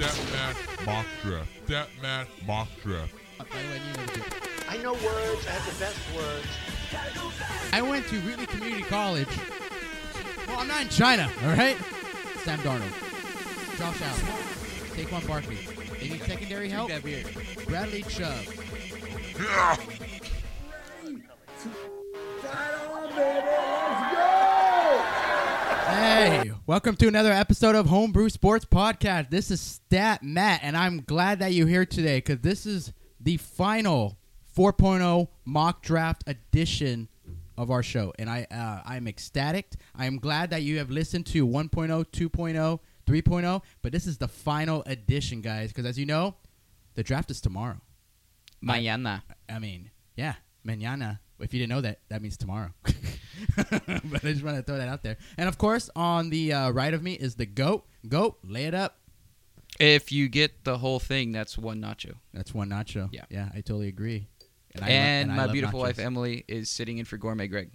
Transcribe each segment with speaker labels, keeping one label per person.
Speaker 1: Death, mock draft. Deathmatch, mock draft.
Speaker 2: Okay, what do you want to do?
Speaker 3: I know words. I have the best words.
Speaker 2: I went to Wheatley Community College. Well, I'm not in China, all right? Sam Darnold. Josh Allen. Saquon Barkley. They need secondary help.
Speaker 4: that beard.
Speaker 2: Bradley Chubb. Hey, welcome to another episode of Homebrew Sports Podcast. This is Stat Matt, and I'm glad that you're here today because this is the final 4.0 mock draft edition of our show, and I uh, I'm ecstatic. I am glad that you have listened to oh, 1.0, 2.0, 3.0, oh, but this is the final edition, guys, because as you know, the draft is tomorrow.
Speaker 4: Mañana.
Speaker 2: I mean, yeah, mañana. If you didn't know that, that means tomorrow. but I just want to throw that out there. And of course, on the uh, right of me is the goat. Goat, lay it up.
Speaker 4: If you get the whole thing, that's one nacho.
Speaker 2: That's one nacho.
Speaker 4: Yeah.
Speaker 2: yeah, I totally agree. I lo-
Speaker 4: and
Speaker 2: I
Speaker 4: my
Speaker 2: love
Speaker 4: beautiful
Speaker 2: nachos.
Speaker 4: wife Emily is sitting in for Gourmet Greg.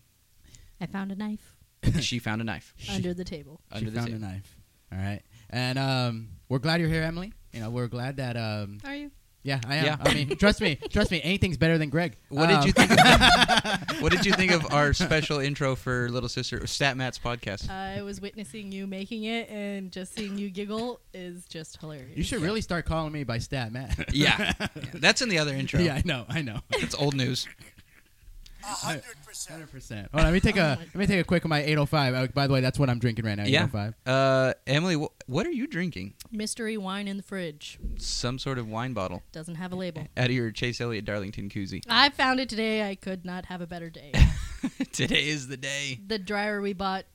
Speaker 5: I found a knife
Speaker 4: she found a knife
Speaker 2: She-
Speaker 5: under the table.
Speaker 2: she
Speaker 4: under the
Speaker 2: found
Speaker 4: table.
Speaker 2: a knife. All right, and um, we're glad you're here, Emily. You know, we're glad that um,
Speaker 5: Are you?
Speaker 2: yeah, I am.
Speaker 4: Yeah.
Speaker 2: I mean, trust me, trust me, anything's better than Greg.
Speaker 4: What
Speaker 2: Um,
Speaker 4: did you think? what did you think of our special intro for Little Sister Stat Matt's podcast?
Speaker 2: Uh,
Speaker 5: I was witnessing you making it, and just seeing you giggle is just hilarious.
Speaker 2: You should really start calling me by stat, Matt.
Speaker 4: yeah, that's in the other intro.
Speaker 2: yeah, I know, I know.
Speaker 4: it's old news.
Speaker 2: Hundred percent. Hold on, let me take a let me take a quick of my eight oh five. Uh, by the way, that's what I'm drinking right now. Eight
Speaker 4: Yeah.
Speaker 2: oh five.
Speaker 4: Uh, Emily, wh- what are you drinking?
Speaker 5: mystery wine in the fridge
Speaker 4: Some sort of wine bottle
Speaker 5: doesn't have a label. Ah.
Speaker 4: out of your Chase Elliott Darlington koozie.
Speaker 5: I found it today. I could not have a better day.
Speaker 4: Today is the day.
Speaker 5: the dryer we bought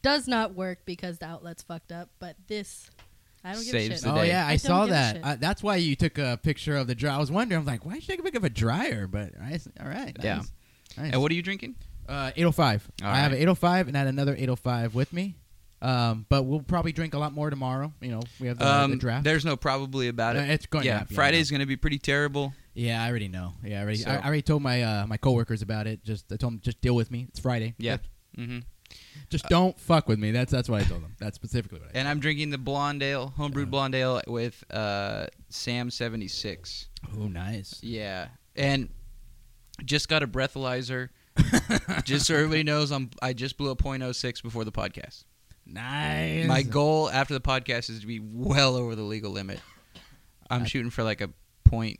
Speaker 5: does not work because the outlet's fucked up. But this, I don't give a
Speaker 4: Saves
Speaker 5: shit.
Speaker 4: the
Speaker 2: Oh
Speaker 4: day.
Speaker 2: yeah, I,
Speaker 5: I don't
Speaker 2: saw
Speaker 5: give a
Speaker 2: that.
Speaker 5: shit.
Speaker 2: Uh, that's why you took a picture of the dryer. I was wondering. I'm like, why did you take a picture of a dryer? But all right, all right.
Speaker 4: Yeah.
Speaker 2: Nice.
Speaker 4: And what are you drinking?
Speaker 2: Uh, 805.
Speaker 4: All
Speaker 2: I have
Speaker 4: right.
Speaker 2: an 805 and I had another 805 with me. Um, but we'll probably drink a lot more tomorrow. You know, we have the,
Speaker 4: um,
Speaker 2: the draft.
Speaker 4: There's no probably about
Speaker 2: Uh,
Speaker 4: it.
Speaker 2: it's going
Speaker 4: yeah,
Speaker 2: up, yeah,
Speaker 4: Friday's going to be pretty terrible.
Speaker 2: Yeah, I already know. Yeah, I already.
Speaker 4: So-
Speaker 2: I, I already told my uh, my coworkers about it. Just I told them just deal with me. It's Friday.
Speaker 4: Yeah. hmm
Speaker 2: Just don't fuck with me. That's that's what I told them. That's specifically what I.
Speaker 4: And I'm drinking the blonde ale, homebrewed blonde ale with uh, Sam 76.
Speaker 2: Oh, nice.
Speaker 4: Yeah. And just got a breathalyzer. just so everybody knows, I'm I just blew a .06 before the podcast.
Speaker 2: Nice.
Speaker 4: My goal after the podcast is to be well over the legal limit. I'm
Speaker 2: I-
Speaker 4: shooting for like a point,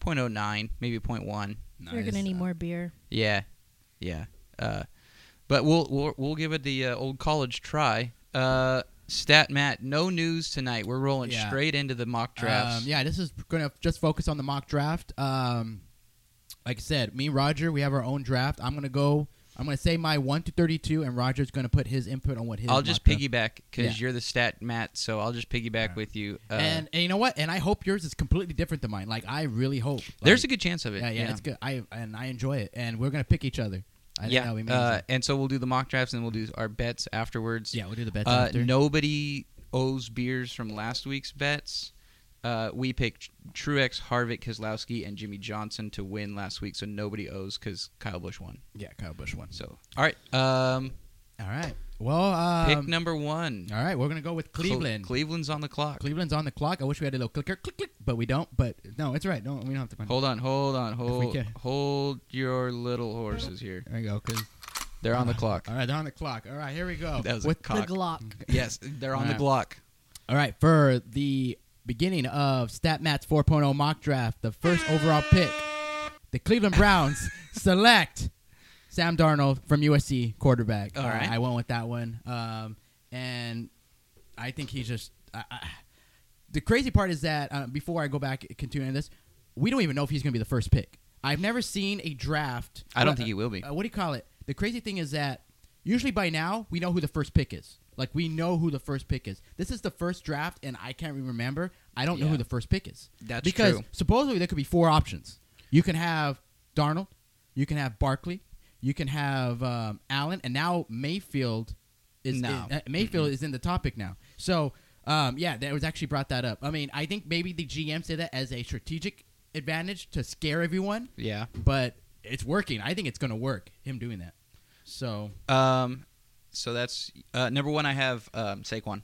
Speaker 4: point oh nine, maybe point one.
Speaker 5: You're gonna need more beer.
Speaker 4: Yeah, yeah. Uh, but we'll we'll we'll give it the uh, old college try. Uh, Stat Matt, no news tonight. We're rolling
Speaker 2: Yeah.
Speaker 4: straight into the mock
Speaker 2: Um,
Speaker 4: drafts.
Speaker 2: yeah, this is going to just focus on the mock draft. Um, like I said, me and Roger, we have our own draft. I'm going to go. I'm going to say my one to thirty-two, and Roger's going to put his input on what his.
Speaker 4: I'll
Speaker 2: mock
Speaker 4: just
Speaker 2: draft-
Speaker 4: piggyback because
Speaker 2: Yeah.
Speaker 4: you're the Stat Matt, so I'll just piggyback
Speaker 2: Alright.
Speaker 4: with you. Uh,
Speaker 2: and, and you know what? And I hope yours is completely different than mine. Like I really hope. Like,
Speaker 4: there's a good chance of it.
Speaker 2: Yeah, yeah, it's good. I and I enjoy it, and we're gonna pick each other. I think
Speaker 4: Yeah,
Speaker 2: that'll be amazing.
Speaker 4: uh, and so we'll do the mock drafts and we'll do our bets afterwards.
Speaker 2: yeah, we'll do the bets
Speaker 4: Uh,
Speaker 2: after.
Speaker 4: nobody owes beers from last week's bets. Uh, we picked Truex, Harvick, Kozlowski, and Jimmy Johnson to win last week, so nobody owes because Kyle Bush won.
Speaker 2: Yeah, Kyle Bush won.
Speaker 4: So, all right, um,
Speaker 2: All right. Well, um,
Speaker 4: pick number one.
Speaker 2: all right, we're gonna go with
Speaker 4: Cle-
Speaker 2: Cleveland.
Speaker 4: Cleveland's on the clock.
Speaker 2: Cleveland's on the clock. I wish we had a little clicker, click, click, but we don't. But no, it's all right. No, we don't have to. Punch.
Speaker 4: Hold on, hold on,
Speaker 2: we
Speaker 4: hold,
Speaker 2: can.
Speaker 4: hold your little horses here.
Speaker 2: There you go. 'cause-
Speaker 4: They're on the clock.
Speaker 2: All right, they're on the clock. All right, here we go.
Speaker 4: That was a
Speaker 2: With-
Speaker 4: cock. Mm-hmm.
Speaker 5: The Glock.
Speaker 4: yes, they're on the
Speaker 2: Alright.
Speaker 4: clock.
Speaker 2: all right, for the beginning of StatMats 4.0 mock draft, the first overall pick, the Cleveland Browns select Sam Darnold from USC quarterback. Uh,
Speaker 4: All right.
Speaker 2: I went with that one. Um, and I think he's just. I, I, the crazy part is that uh, before I go back continuing this, we don't even know if he's going to be the first pick. I've never seen a draft.
Speaker 4: I don't
Speaker 2: uh,
Speaker 4: think he will be.
Speaker 2: uh, what do you call it? The crazy thing is that usually by now we know who the first pick is. Like we know who the first pick is. This is the first draft, and I can't even remember. I don't know
Speaker 4: Yeah.
Speaker 2: who the first pick is.
Speaker 4: That's
Speaker 2: because
Speaker 4: true.
Speaker 2: supposedly there could be four options. You can have Darnold, you can have Barkley, you can have um, Allen, and now Mayfield is
Speaker 4: No.
Speaker 2: is- uh, Mayfield is in the topic now. So um, yeah, that was actually brought that up. I mean, I think maybe the GM said that as a strategic advantage to scare everyone
Speaker 4: Yeah.
Speaker 2: but it's working. I think it's going to work. Him doing that. So
Speaker 4: Um, so that's uh, number one. I have um, Saquon.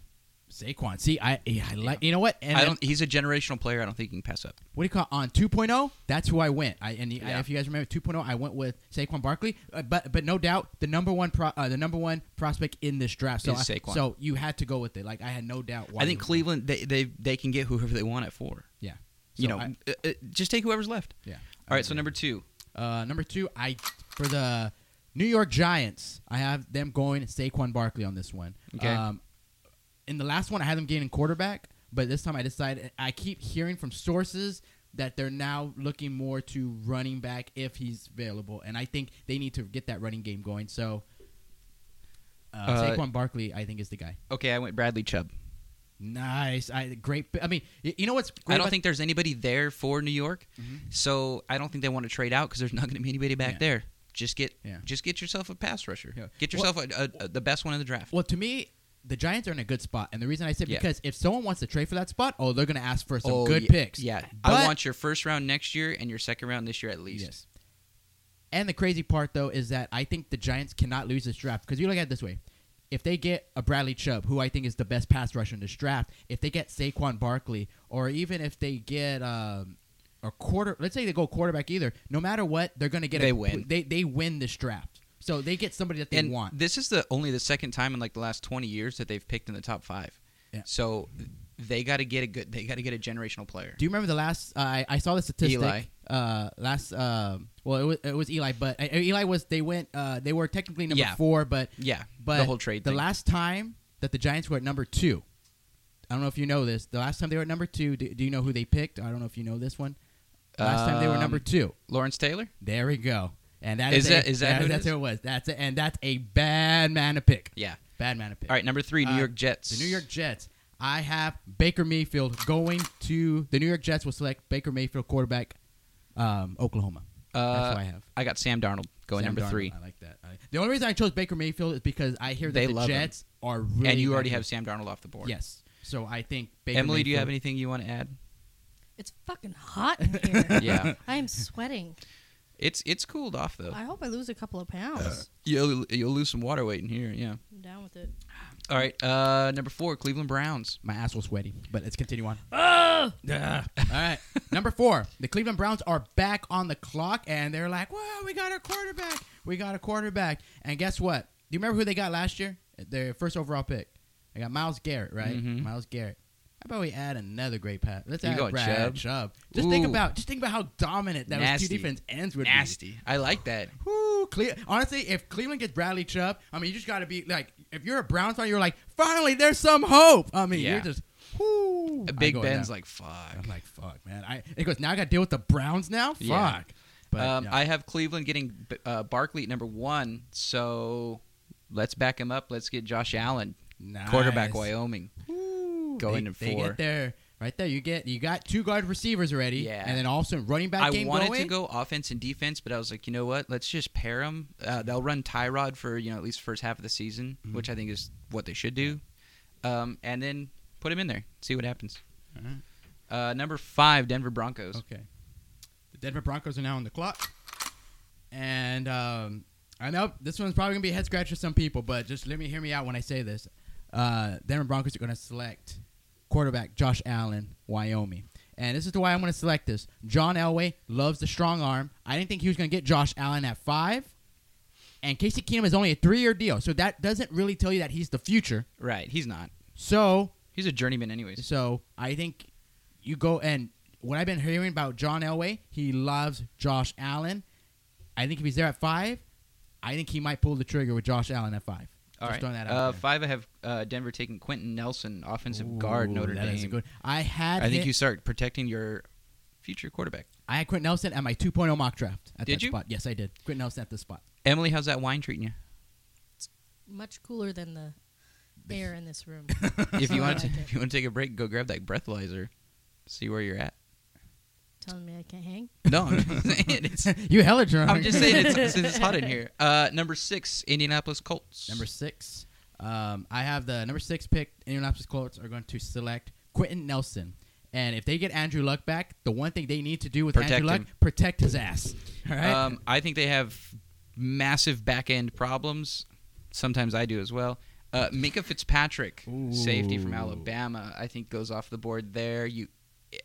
Speaker 2: Saquon. See, I yeah, I like you know what? And
Speaker 4: I don't. He's a generational player. I don't think he can pass up.
Speaker 2: what do you call it? on 2.0? That's who I went. I and I,
Speaker 4: Yeah.
Speaker 2: if you guys remember 2.0, I went with Saquon Barkley, uh, but but no doubt the number one pro, uh, the number one prospect in this draft. So
Speaker 4: Is
Speaker 2: I-
Speaker 4: Saquon.
Speaker 2: so you had to go with it. Like I had no doubt. Why
Speaker 4: I think
Speaker 2: you-
Speaker 4: Cleveland they, they they can get whoever they want at four.
Speaker 2: Yeah.
Speaker 4: you
Speaker 2: So
Speaker 4: know,
Speaker 2: I-
Speaker 4: uh, uh, just take whoever's left.
Speaker 2: yeah.
Speaker 4: All right, so number two,
Speaker 2: Uh, number two, I for the New York Giants, I have them going Saquon Barkley on this one. Um,
Speaker 4: Okay.
Speaker 2: in the last one, I had them gaining quarterback, but this time I decided I keep hearing from sources that they're now looking more to running back if he's available, and I think they need to get that running game going. So. Uh,
Speaker 4: Uh,
Speaker 2: Saquon Barkley, I think, is the guy.
Speaker 4: okay, I went Bradley Chubb.
Speaker 2: Nice, I great. I mean, y- you know what's great
Speaker 4: I don't
Speaker 2: about- Mm-hmm.
Speaker 4: think there's anybody there for New York, so I don't think they want to trade out because there's not going to be anybody back
Speaker 2: Yeah.
Speaker 4: there. Just get
Speaker 2: Yeah.
Speaker 4: just get yourself a pass rusher.
Speaker 2: Yeah.
Speaker 4: Get
Speaker 2: Well-
Speaker 4: yourself a, a, a, the best one in the draft.
Speaker 2: Well, to me, the Giants are in a good spot, and the reason I said
Speaker 4: Yeah.
Speaker 2: because if someone wants to trade for that spot, oh, they're going to ask for some
Speaker 4: Oh,
Speaker 2: good
Speaker 4: yeah,
Speaker 2: picks.
Speaker 4: Yeah,
Speaker 2: But-
Speaker 4: I want your first round next year and your second round this year at least.
Speaker 2: Yes. And the crazy part though is that I think the Giants cannot lose this draft because you look at it this way: if they get a Bradley Chubb, who I think is the best pass rusher in this draft, if they get Saquon Barkley, or even if they get um, a quarter, let's say they go quarterback either, no matter what, they're going to get
Speaker 4: They
Speaker 2: a,
Speaker 4: win.
Speaker 2: They they win this draft, so they get somebody that they
Speaker 4: and
Speaker 2: want.
Speaker 4: This is the only the second time in like the last twenty years that they've picked in the top five.
Speaker 2: Yeah.
Speaker 4: So they got to get a good. They got to get a generational player.
Speaker 2: Do you remember the last? uh, I I saw the statistic.
Speaker 4: Eli.
Speaker 2: Uh, last. Um, well, it was, it was Eli, but uh, Eli was they went. Uh, they were technically number
Speaker 4: Yeah.
Speaker 2: four, but
Speaker 4: yeah,
Speaker 2: but
Speaker 4: the whole trade.
Speaker 2: The
Speaker 4: thing.
Speaker 2: last time that the Giants were at number two, I don't know if you know this. The last time they were at number two, do, do you know who they picked? I don't know if you know this one. Last time they were number
Speaker 4: Um,
Speaker 2: two.
Speaker 4: Lawrence Taylor.
Speaker 2: There we go. And that
Speaker 4: Is
Speaker 2: is,
Speaker 4: that-
Speaker 2: a,
Speaker 4: is that who it
Speaker 2: that's
Speaker 4: is?
Speaker 2: who it was. That's a, and that's a bad man to pick.
Speaker 4: Yeah.
Speaker 2: Bad man to pick.
Speaker 4: All right, number three, New
Speaker 2: Uh,
Speaker 4: York Jets.
Speaker 2: The New York Jets. I have Baker Mayfield going to the New York Jets will select Baker Mayfield quarterback, um, Oklahoma.
Speaker 4: Uh,
Speaker 2: That's what I have.
Speaker 4: I got Sam Darnold going
Speaker 2: Sam
Speaker 4: number
Speaker 2: Darnold.
Speaker 4: three,
Speaker 2: I like that. I- the only reason I chose Baker Mayfield is because I hear that
Speaker 4: They
Speaker 2: the
Speaker 4: love him.
Speaker 2: Jets are really
Speaker 4: and you already
Speaker 2: bad.
Speaker 4: have Sam Darnold off the board.
Speaker 2: Yes. So I think Baker
Speaker 4: Emily, do you have
Speaker 2: Mayfield-
Speaker 4: anything you want to add?
Speaker 5: It's fucking hot in here.
Speaker 4: Yeah,
Speaker 5: I am sweating.
Speaker 4: it's it's cooled off though.
Speaker 5: I hope I lose a couple of pounds.
Speaker 4: You'll you'll lose some water weight in here. Yeah.
Speaker 5: I'm down with it.
Speaker 4: All right, uh, number four, Cleveland Browns.
Speaker 2: My ass was sweaty, but let's continue on. Ah! All right. Number four, the Cleveland Browns are back on the clock, and they're like, "Wow, we got our quarterback. We got a quarterback." And guess what? Do you remember who they got last year? Their first overall pick. They got Miles Garrett, right?
Speaker 4: Mhm.
Speaker 2: Miles Garrett. How about we add another great pass? Let's
Speaker 4: You
Speaker 2: add
Speaker 4: go
Speaker 2: Brad
Speaker 4: Chubb.
Speaker 2: Chubb. Just think
Speaker 4: Ooh.
Speaker 2: about just think about how dominant that was
Speaker 4: Nasty.
Speaker 2: two defense ends would be.
Speaker 4: Nasty. I like that.
Speaker 2: Whoo, Cle- honestly, if Cleveland gets Bradley Chubb, I mean, you just got to be like, if you're a Browns fan, you're like, finally, there's some hope. I mean,
Speaker 4: Yeah.
Speaker 2: you're just, whoo.
Speaker 4: Big Ben's like, fuck.
Speaker 2: I'm like, fuck, man. I it goes now. I got to deal with the Browns now. Fuck.
Speaker 4: Yeah.
Speaker 2: But
Speaker 4: um,
Speaker 2: yeah.
Speaker 4: I have Cleveland getting uh, Barkley at number one, so let's back him up. Let's get Josh Allen,
Speaker 2: Nice.
Speaker 4: quarterback Wyoming.
Speaker 2: Whoo.
Speaker 4: going
Speaker 2: They-
Speaker 4: in
Speaker 2: They
Speaker 4: four.
Speaker 2: get there right there. You get you got two guard receivers already.
Speaker 4: Yeah.
Speaker 2: And then also running back
Speaker 4: I
Speaker 2: game
Speaker 4: wanted
Speaker 2: going.
Speaker 4: to go offense and defense, but I was like, you know what? Let's just pair them. Uh, they'll run Tyrod for you know at least first half of the season,
Speaker 2: Mm-hmm.
Speaker 4: which I think is what they should do, um, and then put him in there, see what happens.
Speaker 2: Alright.
Speaker 4: Uh, number five, Denver Broncos.
Speaker 2: Okay. The Denver Broncos are now on the clock. And um, I know this one's probably going to be a head scratch for some people, but just let me hear me out when I say this. Uh, Denver Broncos are going to select quarterback Josh Allen, Wyoming. And this is the why I'm going to select this. John Elway loves the strong arm. I didn't think he was going to get Josh Allen at five. And Casey Keenum is only a three year deal. So that doesn't really tell you that he's the future.
Speaker 4: Right, he's not.
Speaker 2: So
Speaker 4: He's a journeyman, anyways.
Speaker 2: so I think you go and what I've been hearing about John Elway, he loves Josh Allen. I think if he's there at five, I think he might pull the trigger with Josh Allen at five.
Speaker 4: All
Speaker 2: Just
Speaker 4: right.
Speaker 2: throwing that out
Speaker 4: uh,
Speaker 2: there.
Speaker 4: Five, I have uh, Denver taking Quentin Nelson, offensive guard,
Speaker 2: Ooh,
Speaker 4: Notre
Speaker 2: that
Speaker 4: Dame.
Speaker 2: is a good. I had
Speaker 4: I think
Speaker 2: hit-
Speaker 4: you start protecting your future quarterback.
Speaker 2: I had Quentin Nelson at my 2.0 mock draft. At
Speaker 4: Did
Speaker 2: that
Speaker 4: you?
Speaker 2: Spot. Yes, I did. Quentin Nelson at this spot.
Speaker 4: Emily, how's that wine treating you?
Speaker 5: Much cooler than the air in this room.
Speaker 4: If you
Speaker 5: I
Speaker 4: want to,
Speaker 5: like it.
Speaker 4: if you want to take a break, go grab that breathalyzer. See where you're at.
Speaker 5: Telling me I can't hang.
Speaker 4: No, I'm just saying it's.
Speaker 2: you hella drunk.
Speaker 4: I'm just saying it's, it's, it's hot in here. Uh, number six, Indianapolis Colts.
Speaker 2: Number six. Um, I have the number six pick. Indianapolis Colts are going to select Quentin Nelson. And if they get Andrew Luck back, the one thing they need to do with
Speaker 4: Protect
Speaker 2: Andrew Luck,
Speaker 4: him.
Speaker 2: protect his ass. All right.
Speaker 4: Um, I think they have massive back end problems. Sometimes I do as well. Uh, Minka Fitzpatrick, safety from
Speaker 2: Ooh.
Speaker 4: Alabama, I think goes off the board there. You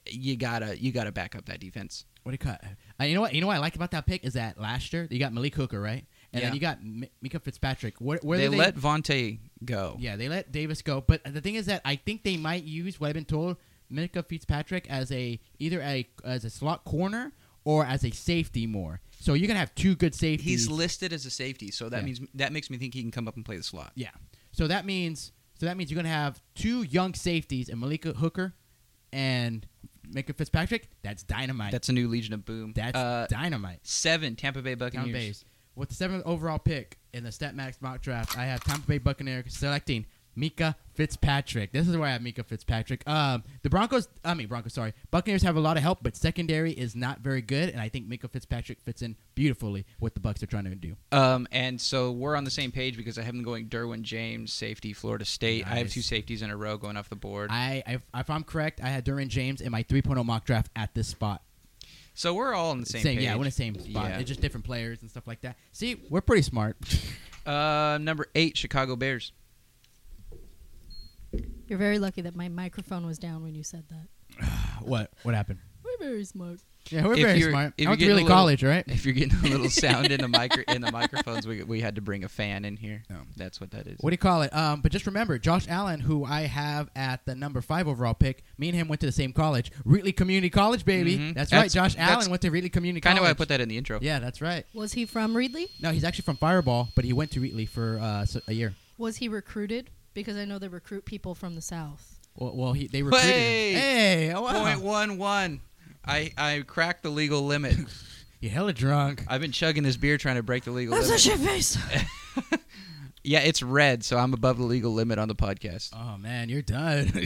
Speaker 4: you gotta you gotta back up that defense.
Speaker 2: What do you cut? Uh, you know what? You know what I liked about that pick is that last year you got Malik Hooker, right? And
Speaker 4: Yeah.
Speaker 2: then you got M- Mika Fitzpatrick. Where, where
Speaker 4: they,
Speaker 2: did
Speaker 4: let Vontae go.
Speaker 2: Yeah, they let Davis go. But the thing is that I think they might use what I've been told, Mika Fitzpatrick as a either a as a slot corner or as a safety more. So you're gonna have two good safeties.
Speaker 4: He's listed as a safety, so that
Speaker 2: Yeah.
Speaker 4: means that makes me think he can come up and play the slot.
Speaker 2: yeah. So that means so that means you're gonna have two young safeties and Malika Hooker and Mika Fitzpatrick. That's dynamite.
Speaker 4: That's a new Legion of Boom.
Speaker 2: That's
Speaker 4: uh,
Speaker 2: dynamite.
Speaker 4: seven Tampa Bay
Speaker 2: Tampa
Speaker 4: Buccaneers.
Speaker 2: Bay with the seventh overall pick in the StatMax mock draft. I have Tampa Bay Buccaneers selecting Mika Fitzpatrick. This is where I have Mika Fitzpatrick. Um, the Broncos, I mean Broncos, sorry, Buccaneers have a lot of help, but secondary is not very good, and I think Mika Fitzpatrick fits in beautifully with the Bucks are trying to do.
Speaker 4: Um, and so we're on the same page because I have them going Derwin James, safety, Florida State. I have
Speaker 2: Nice.
Speaker 4: two safeties in a row going off the board.
Speaker 2: I, if, if I'm correct, I had Duran James in my 3.0 mock draft at this spot.
Speaker 4: so we're all on the same, page.
Speaker 2: yeah, we're in the same spot.
Speaker 4: Yeah.
Speaker 2: It's just different players and stuff like that. See, we're pretty smart.
Speaker 4: Uh, number eight, Chicago Bears.
Speaker 5: You're very lucky that my microphone was down when you said that.
Speaker 2: what? What happened?
Speaker 5: We're very smart.
Speaker 2: Yeah, we're
Speaker 4: If
Speaker 2: very
Speaker 4: you're-
Speaker 2: smart.
Speaker 4: if
Speaker 2: I
Speaker 4: you're
Speaker 2: went to
Speaker 4: getting a
Speaker 2: really
Speaker 4: little-
Speaker 2: college, right?
Speaker 4: If you're getting a little sound in the micro in the microphones, we, we had to bring a fan in here.
Speaker 2: Oh.
Speaker 4: That's what that is.
Speaker 2: What do you call it? Um, but just remember, Josh Allen, who I have at the number five overall pick, me and him went to the same college, Wheatley Community College, baby.
Speaker 4: Mhm.
Speaker 2: That's, right.
Speaker 4: That's-
Speaker 2: Josh
Speaker 4: that's
Speaker 2: Allen went to Wheatley Community
Speaker 4: kind
Speaker 2: College.
Speaker 4: of why I put that in the intro.
Speaker 2: Yeah, that's right.
Speaker 5: Was he from Reedley?
Speaker 2: No, he's actually from Fireball, but he went to Wheatley for uh, s- a year.
Speaker 5: Was he recruited? Because I know they recruit people from the South.
Speaker 2: Well, well he, they recruited
Speaker 4: Hey!
Speaker 2: him. Hey, oh, wow.
Speaker 4: Point one one. I, I cracked the legal limit.
Speaker 2: you hella drunk.
Speaker 4: I've been chugging this beer trying to break the legal
Speaker 5: That's a
Speaker 4: limit.
Speaker 5: shit face.
Speaker 4: yeah, it's red, so I'm above the legal limit on the podcast.
Speaker 2: Oh man, you're done.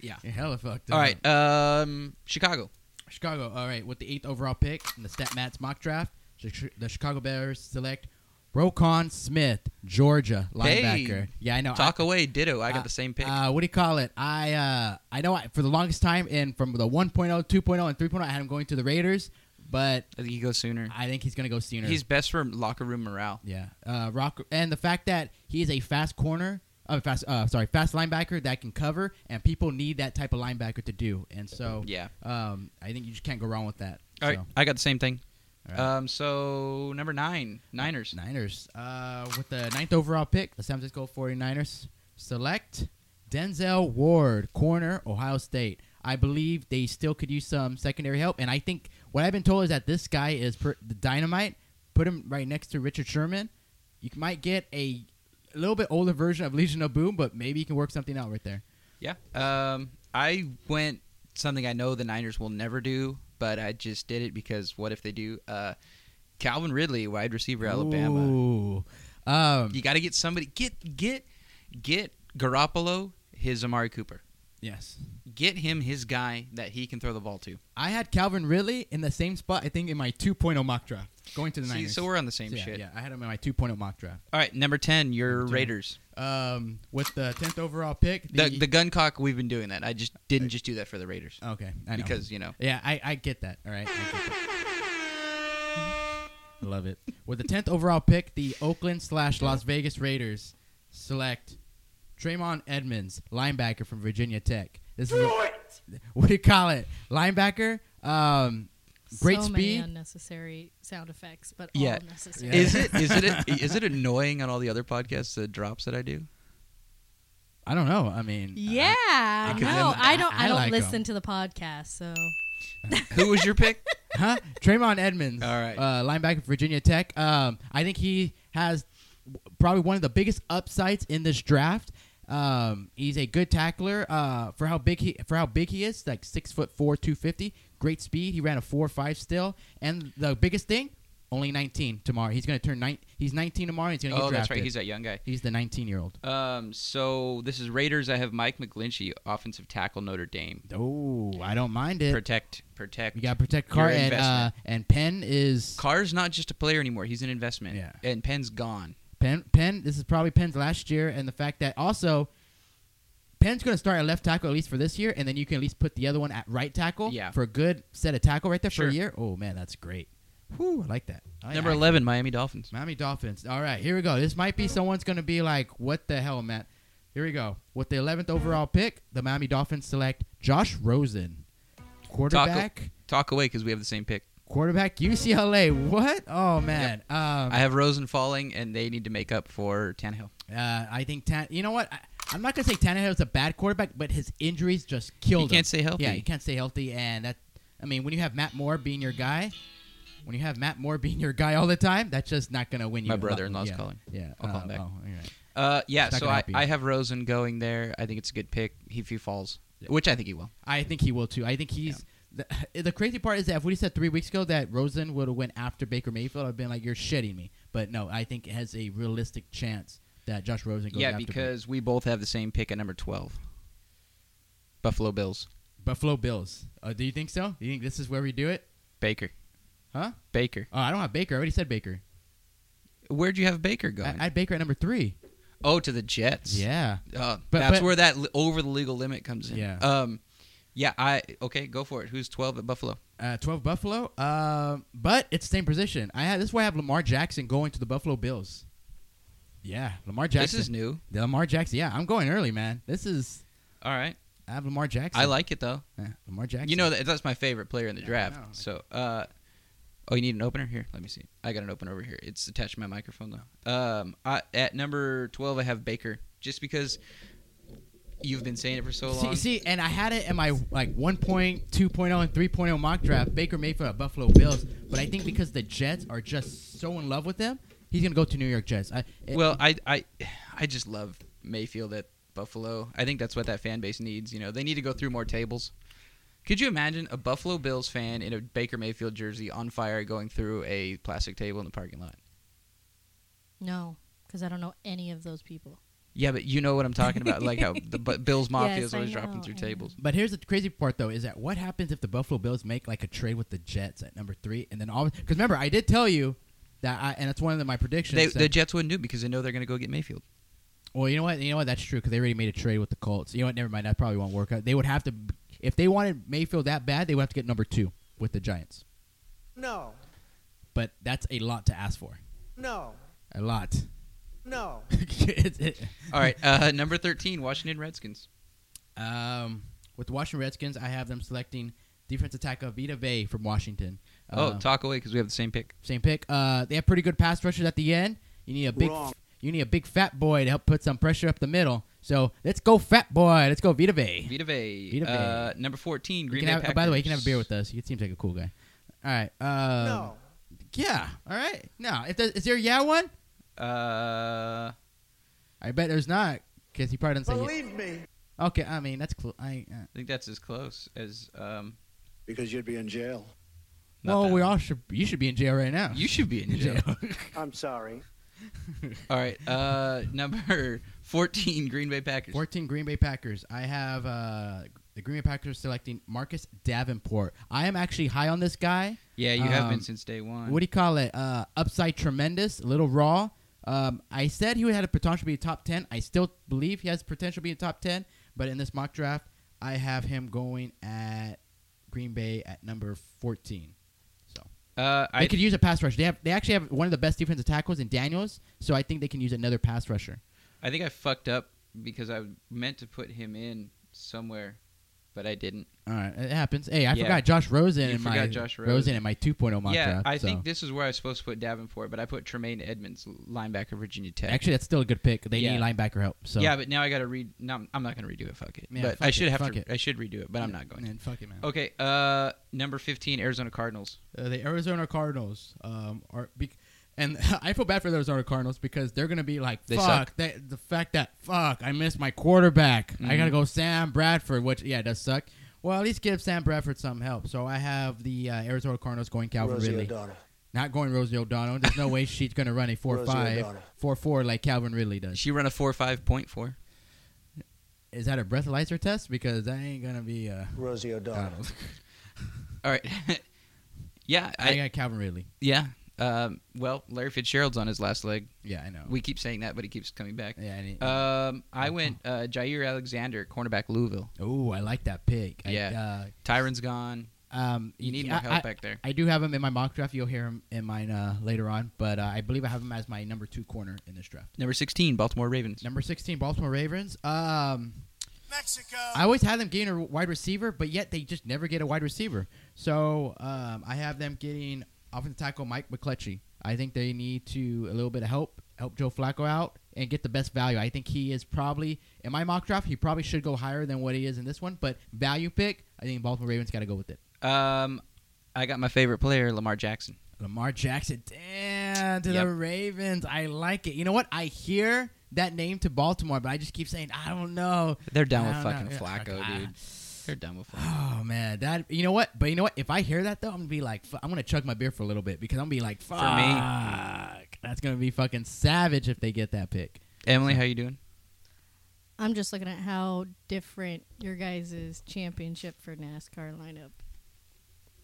Speaker 4: Yeah.
Speaker 2: you're hella fucked.
Speaker 4: All
Speaker 2: up.
Speaker 4: right, um, Chicago.
Speaker 2: Chicago. All right, with the eighth overall pick in the Stat Mats mock draft, the Chi- the Chicago Bears select Rokon Smith, Georgia
Speaker 4: Hey,
Speaker 2: linebacker. yeah, I know. I-
Speaker 4: Talk away, ditto. I got the same pick.
Speaker 2: Uh, what do you call it? I uh, I know I, for the longest time, and from the oh, 1.0, 2.0, and 3.0, I had him going to the Raiders, but
Speaker 4: I think he goes sooner.
Speaker 2: I think he's going to go sooner.
Speaker 4: He's best for locker room morale.
Speaker 2: yeah, uh, rock, and the fact that he is a fast corner, uh, fast, uh, sorry, fast linebacker that can cover, and people need that type of linebacker to do, and so
Speaker 4: Yeah.
Speaker 2: um, I think you just can't go wrong with that.
Speaker 4: All right,
Speaker 2: So,
Speaker 4: I got the same thing.
Speaker 2: all right.
Speaker 4: Um, so number nine, Niners.
Speaker 2: Niners uh, with the ninth overall pick, the San Francisco 49ers select Denzel Ward, corner, Ohio State. I believe they still could use some secondary help, and I think what I've been told is that this guy is per- the dynamite. Put him right next to Richard Sherman, you might get a, a little bit older version of Legion of Boom, but maybe you can work something out right there.
Speaker 4: Yeah. Um, I went something I know the Niners will never do, but I just did it because what if they do? Uh, Calvin Ridley, wide receiver, Alabama.
Speaker 2: Ooh. Um,
Speaker 4: You got to get somebody. Get get get Garoppolo his Amari Cooper.
Speaker 2: yes.
Speaker 4: Get him his guy that he can throw the ball to.
Speaker 2: I had Calvin Ridley in the same spot, I think, in my 2.0 mock draft, going to the
Speaker 4: See,
Speaker 2: Niners.
Speaker 4: so we're on the same
Speaker 2: yeah,
Speaker 4: shit.
Speaker 2: yeah, I had him in my 2.0 mock draft.
Speaker 4: All right, number ten, your
Speaker 2: Number 10.
Speaker 4: Raiders.
Speaker 2: um, with the tenth overall pick.
Speaker 4: The the gun cock. We've been doing that. I just didn't just do that for the Raiders
Speaker 2: okay, I know.
Speaker 4: because you know.
Speaker 2: yeah, I, I get that. All right, I, get that. I love it. With the tenth overall pick, the Oakland slash Las Vegas Raiders select Tremon Edmonds, linebacker from Virginia Tech. This is a- what do you call it? Linebacker. Um, great
Speaker 5: so Many
Speaker 2: speed.
Speaker 5: unnecessary sound effects, but
Speaker 4: Yeah.
Speaker 5: all necessary.
Speaker 2: Yeah.
Speaker 4: Is it is it is it annoying on all the other podcasts the drops that I do?
Speaker 2: I don't know. I mean,
Speaker 5: Yeah,
Speaker 2: Because
Speaker 5: no,
Speaker 2: then
Speaker 5: I don't.
Speaker 2: I
Speaker 5: I don't
Speaker 2: like 'em.
Speaker 5: listen to the podcast, so
Speaker 4: Who was your pick?
Speaker 2: huh? Tremon Edmonds,
Speaker 4: All right.
Speaker 2: uh, linebacker, Virginia Tech. Um, I think he has probably one of the biggest upsides in this draft. Um, he's a good tackler. Uh, for how big he for how big he is, like six foot four, two fifty. Great speed. He ran a four five still, and the biggest thing, only nineteen tomorrow. He's gonna turn nine. He's nineteen tomorrow. He's gonna get
Speaker 4: Oh,
Speaker 2: drafted.
Speaker 4: that's right. He's that young guy.
Speaker 2: He's the nineteen year old.
Speaker 4: Um, so this is Raiders. I have Mike McGlinchey, offensive tackle, Notre Dame.
Speaker 2: Oh, I don't mind it.
Speaker 4: Protect, protect.
Speaker 2: you gotta protect
Speaker 4: your
Speaker 2: Carr and uh,
Speaker 4: investment.
Speaker 2: and Penn is
Speaker 4: Carr's not just a player anymore. He's an investment.
Speaker 2: Yeah.
Speaker 4: And Penn's gone.
Speaker 2: Penn, Penn, this is probably Penn's last year, and the fact that also Penn's going to start at left tackle at least for this year, and then you can at least put the other one at right tackle
Speaker 4: Yeah.
Speaker 2: for a good set of tackle right there for
Speaker 4: Sure.
Speaker 2: a year. Oh man, that's great. Whew, I like that. I
Speaker 4: Number
Speaker 2: actually-
Speaker 4: 11, Miami Dolphins.
Speaker 2: Miami Dolphins. All right, here we go. This might be someone's going to be like, what the hell, Matt? Here we go. With the 11th overall pick, the Miami Dolphins select Josh Rosen, quarterback.
Speaker 4: Talk away because we have the same pick.
Speaker 2: Quarterback UCLA. What? Oh man. Um,
Speaker 4: I have Rosen falling, and they need to make up for Tannehill.
Speaker 2: uh, I think Tan. You know what? I, I'm not gonna say Tannehill is a bad quarterback, but his injuries just killed him.
Speaker 4: can't stay healthy.
Speaker 2: Yeah, he can't stay healthy, and that. I mean, when you have Matt Moore being your guy, when you have Matt Moore being your guy all the time, that's just not gonna win you.
Speaker 4: My
Speaker 2: a lot.
Speaker 4: brother-in-law's
Speaker 2: yeah.
Speaker 4: calling.
Speaker 2: Yeah,
Speaker 4: I'll call him back.
Speaker 2: Oh, all right.
Speaker 4: Uh, yeah,
Speaker 2: It's not
Speaker 4: so
Speaker 2: gonna
Speaker 4: I,
Speaker 2: help you.
Speaker 4: I have Rosen going there. I think it's a good pick if he falls, which I think he will.
Speaker 2: I think he will too. I think he's. The, the crazy part is that if we said three weeks ago that Rosen would have went after Baker Mayfield, I've been like, "You're shitting me." But no, I think it has a realistic chance that Josh Rosen goes
Speaker 4: yeah,
Speaker 2: after
Speaker 4: because we both have the same pick at number 12. Buffalo Bills.
Speaker 2: Buffalo Bills. Uh, do you think so? Do you think this is where we do it?
Speaker 4: Baker.
Speaker 2: Huh?
Speaker 4: Baker.
Speaker 2: Oh, I don't have Baker. I already said Baker.
Speaker 4: Where'd you have Baker going?
Speaker 2: I, I had Baker at number three.
Speaker 4: oh, to the Jets.
Speaker 2: Yeah.
Speaker 4: Uh,
Speaker 2: But-
Speaker 4: that's
Speaker 2: but-
Speaker 4: where that li- over the legal limit comes in.
Speaker 2: Yeah.
Speaker 4: Um, yeah. I okay. Go for it. Who's twelve at Buffalo?
Speaker 2: Uh, 12 Buffalo. Um, but it's the same position. I had, this is why I have Lamar Jackson going to the Buffalo Bills. Yeah, Lamar Jackson.
Speaker 4: This is new.
Speaker 2: The Lamar Jackson. Yeah, I'm going early, man. This is.
Speaker 4: All right.
Speaker 2: I have Lamar Jackson.
Speaker 4: I like it though.
Speaker 2: Yeah, Lamar Jackson.
Speaker 4: You know that that's my favorite player in the
Speaker 2: Yeah, I
Speaker 4: draft.
Speaker 2: know.
Speaker 4: So, uh, oh, you need an opener here. Let me see. I got an opener over here. It's attached to my microphone though. Um, I, at number twelve, I have Baker, just because you've been saying it for so long.
Speaker 2: See, see, and I had it in my like 1.0, 2.0, oh, and 3.0 mock draft. Baker Mayfield at Buffalo Bills, but I think because the Jets are just so in love with him, he's gonna go to New York Jets. I, it-
Speaker 4: Well, I, I I just love Mayfield at Buffalo. I think that's what that fan base needs. You know, they need to go through more tables. Could you imagine a Buffalo Bills fan in a Baker Mayfield jersey on fire going through a plastic table in the parking lot?
Speaker 5: No, because I don't know any of those people.
Speaker 4: Yeah, but you know what I'm talking about, like how the Bu- Bills Mafia
Speaker 5: Yes,
Speaker 4: is
Speaker 5: I
Speaker 4: always
Speaker 5: know,
Speaker 4: dropping through
Speaker 5: I
Speaker 4: tables.
Speaker 2: But here's the crazy part, though, is that what happens if the Buffalo Bills make like a trade with the Jets at number three, and then all because remember I did tell you that, I, and that's one of the, my predictions.
Speaker 4: They,
Speaker 2: that-
Speaker 4: the Jets wouldn't do it because they know they're going to go get Mayfield.
Speaker 2: well, you know what, you know what, that's true because they already made a trade with the Colts. You know what, never mind, that probably won't work out. They would have to, if they wanted Mayfield that bad, they would have to get number two with the Giants.
Speaker 3: No,
Speaker 2: But that's a lot to ask for.
Speaker 3: no,
Speaker 2: A lot.
Speaker 3: no.
Speaker 2: It's- it-
Speaker 4: All right, uh, number 13, Washington Redskins.
Speaker 2: um, with the Washington Redskins, I have them selecting defensive tackle Vita Vey from Washington.
Speaker 4: Oh,
Speaker 2: Um,
Speaker 4: talk away because we have the same pick.
Speaker 2: Same pick. Uh, they have pretty good pass rushers at the end. You need a big,
Speaker 3: Wrong.
Speaker 2: you need a big fat boy to help put some pressure up the middle. So let's go, fat boy. Let's go, Vita Bay.
Speaker 4: Vita Vey.
Speaker 2: Vita Vey.
Speaker 4: Uh, number 14, Green Bay
Speaker 2: by the way, you can have a beer
Speaker 4: Packers.
Speaker 2: with us. He seems like a cool guy. All right. Um,
Speaker 3: no.
Speaker 2: Yeah. All right. No. If there, is there a yeah one?
Speaker 4: Uh,
Speaker 2: I bet there's not because he probably doesn't say.
Speaker 3: Believe me.
Speaker 2: Yeah. Okay. I mean that's cool. I. Uh,
Speaker 4: I think that's as close as. Um,
Speaker 6: Because you'd be in jail.
Speaker 4: not
Speaker 2: well,
Speaker 4: that
Speaker 2: we
Speaker 4: one.
Speaker 2: all should. You should be in jail right now.
Speaker 4: You should be in jail.
Speaker 3: I'm sorry.
Speaker 4: all right, uh, number fourteen, Green Bay Packers.
Speaker 2: 14 Green Bay Packers. I have uh, the Green Bay Packers selecting Marcus Davenport. I am actually high on this guy.
Speaker 4: Yeah, you have
Speaker 2: Um,
Speaker 4: been since day one.
Speaker 2: What do you call it? Uh, upside tremendous, a little raw. Um, I said he had a potential to be a top 10. I still believe he has potential to be a top 10, but in this mock draft, I have him going at Green Bay at number 14. So
Speaker 4: uh,
Speaker 2: they
Speaker 4: I
Speaker 2: could use a pass rush. They have they actually have one of the best defensive tackles in Daniels, so I think they can use another pass rusher.
Speaker 4: I think I fucked up because I meant to put him in somewhere, but I didn't.
Speaker 2: All right, it happens. Hey, I
Speaker 4: Yeah.
Speaker 2: forgot Josh Rosen
Speaker 4: You
Speaker 2: and my
Speaker 4: forgot Josh
Speaker 2: Rosen.
Speaker 4: Rosen.
Speaker 2: in my 2.0 mock
Speaker 4: yeah,
Speaker 2: draft.
Speaker 4: I
Speaker 2: so.
Speaker 4: think this is where I was supposed to put Davenport, but I put Tremaine Edmonds, linebacker, Virginia Tech.
Speaker 2: actually that's still a good pick. They
Speaker 4: Yeah.
Speaker 2: need linebacker help. So
Speaker 4: yeah, but now I got to read. No, I'm- I'm not going to redo it. Fuck it.
Speaker 2: Yeah,
Speaker 4: but
Speaker 2: fuck
Speaker 4: I should
Speaker 2: it,
Speaker 4: have
Speaker 2: fuck
Speaker 4: to.
Speaker 2: it.
Speaker 4: I should redo it, but I'm not going. to.
Speaker 2: Man, fuck it, man.
Speaker 4: Okay, uh, number fifteen, Arizona Cardinals.
Speaker 2: Uh, the Arizona Cardinals um, are, bec and I feel bad for the Arizona Cardinals because they're gonna be like,
Speaker 4: They
Speaker 2: fuck
Speaker 4: suck.
Speaker 2: that, the fact that fuck I missed my quarterback. I
Speaker 4: Mhm.
Speaker 2: gotta go Sam Bradford, which yeah it does suck. Well, at least give Sam Bradford some help. So I have the uh, Arizona Cardinals going Calvin
Speaker 6: Rosie
Speaker 2: Ridley,
Speaker 6: O'Donnell.
Speaker 2: not going Rosie O'Donnell. There's no way she's gonna run a four
Speaker 6: Rosie
Speaker 2: five,
Speaker 6: O'Donnell.
Speaker 2: four four like Calvin Ridley does.
Speaker 4: She run a four five point four.
Speaker 2: Is that a breathalyzer test? Because that ain't gonna be. Uh,
Speaker 6: Rosie O'Donnell.
Speaker 4: All right. yeah,
Speaker 2: I,
Speaker 4: I,
Speaker 2: got Calvin Ridley.
Speaker 4: yeah. Um, well, Larry Fitzgerald's on his last leg.
Speaker 2: Yeah, I know.
Speaker 4: We keep saying that, but he keeps coming back.
Speaker 2: yeah. I didn't-
Speaker 4: Um, I went uh, Jair Alexander, cornerback Louisville.
Speaker 2: Ooh, I like that pick. I, uh,
Speaker 4: Yeah. Tyron's gone.
Speaker 2: Um,
Speaker 4: You need
Speaker 2: I-
Speaker 4: more help eh?
Speaker 2: I,
Speaker 4: back there.
Speaker 2: I do have him in my mock draft. You'll hear him in mine uh, later on, but uh, I believe I have him as my number two corner in this draft.
Speaker 4: Number 16, Baltimore Ravens.
Speaker 2: Number sixteen, Baltimore Ravens. Um,
Speaker 7: Mexico.
Speaker 2: I always had them getting a wide receiver, but yet they just never get a wide receiver. So um, I have them getting offensive tackle Mike McCletchy. I think they need to a little bit of help, help Joe Flacco out, and get the best value. I think he is probably in my mock draft. He probably should go higher than what he is in this one, but value pick. I think Baltimore Ravens got to go with it.
Speaker 4: Um, I got my favorite player, Lamar Jackson.
Speaker 2: Lamar Jackson, damn to
Speaker 4: Yep.
Speaker 2: the Ravens. I like it. You know what? I hear that name to Baltimore, but I just keep saying I don't know.
Speaker 4: They're done with
Speaker 2: I don't
Speaker 4: fucking
Speaker 2: know. Yeah,
Speaker 4: Flacco,
Speaker 2: I-
Speaker 4: dude. They're done with Flacco.
Speaker 2: Oh man, that you know what? But you know what? If I hear that though, I'm gonna be like, fu- I'm gonna chug my beer for a little bit because I'm gonna be like, fuck.
Speaker 4: For me.
Speaker 2: that's gonna be fucking savage if they get that pick.
Speaker 4: Emily, how you doing?
Speaker 5: I'm just looking at how different your guys' championship for NASCAR lineup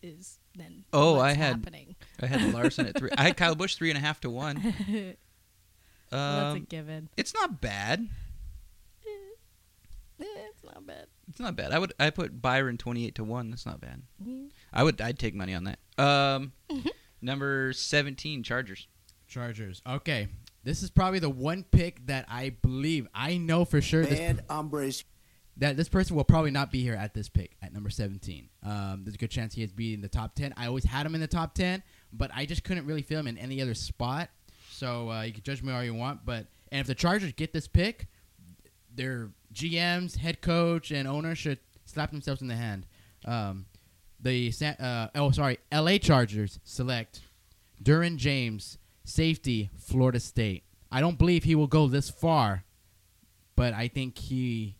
Speaker 5: is than
Speaker 4: Oh,
Speaker 5: what's
Speaker 4: I had-
Speaker 5: happening.
Speaker 4: I had Larson at three. I had Kyle Bush three and a half to one.
Speaker 5: That's a
Speaker 4: Um,
Speaker 5: given.
Speaker 4: it's not bad.
Speaker 5: Eh, It's not bad.
Speaker 4: It's not bad. I would. I put Byron twenty eight to one. That's not bad.
Speaker 2: Mm-hmm.
Speaker 5: Mm.
Speaker 4: I would. I'd take money on that. Um, number seventeen, Chargers.
Speaker 2: Chargers. Okay, this is probably the one pick that I believe I know for sure this
Speaker 6: Bad hombres.
Speaker 2: that this person will probably not be here at this pick at number 17. Um, there's a good chance he is be in the top 10. I always had him in the top 10, but I just couldn't really feel him in any other spot. So uh, you can judge me all you want, but and if the Chargers get this pick, their GMs, head coach, and owner should slap themselves in the hand. Um, the San, uh, oh sorry, L.A. Chargers select Duran James, safety, Florida State. I don't believe he will go this far, but I think he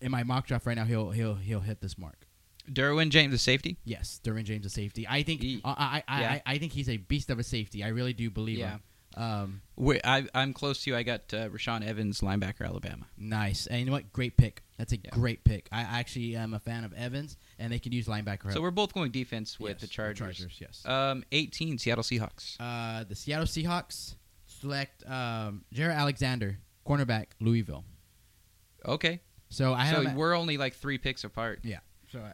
Speaker 2: in my mock draft right now, he'll he'll he'll hit this mark.
Speaker 4: Derwin James, the safety.
Speaker 2: Yes, Derwin James is safety. I think
Speaker 4: He-
Speaker 2: I, I, I,
Speaker 4: yeah.
Speaker 2: I I think he's a beast of a safety. I really do believe
Speaker 4: Yeah.
Speaker 2: him. Um,
Speaker 4: Wait, I, I'm close to you. I got uh, Rashawn Evans, linebacker, Alabama.
Speaker 2: nice. And you know what? Great pick. That's a
Speaker 4: Yeah.
Speaker 2: great pick. I actually am a fan of Evans, and they can use linebacker.
Speaker 4: So
Speaker 2: help.
Speaker 4: we're both going defense with
Speaker 2: Yes,
Speaker 4: the Chargers.
Speaker 2: yes.
Speaker 4: Um, 18, Seattle Seahawks.
Speaker 2: Uh, the Seattle Seahawks select um, Jared Alexander, cornerback, Louisville.
Speaker 4: Okay,
Speaker 2: So I
Speaker 4: so
Speaker 2: have
Speaker 4: we're only like three picks apart.
Speaker 2: Yeah. So, I,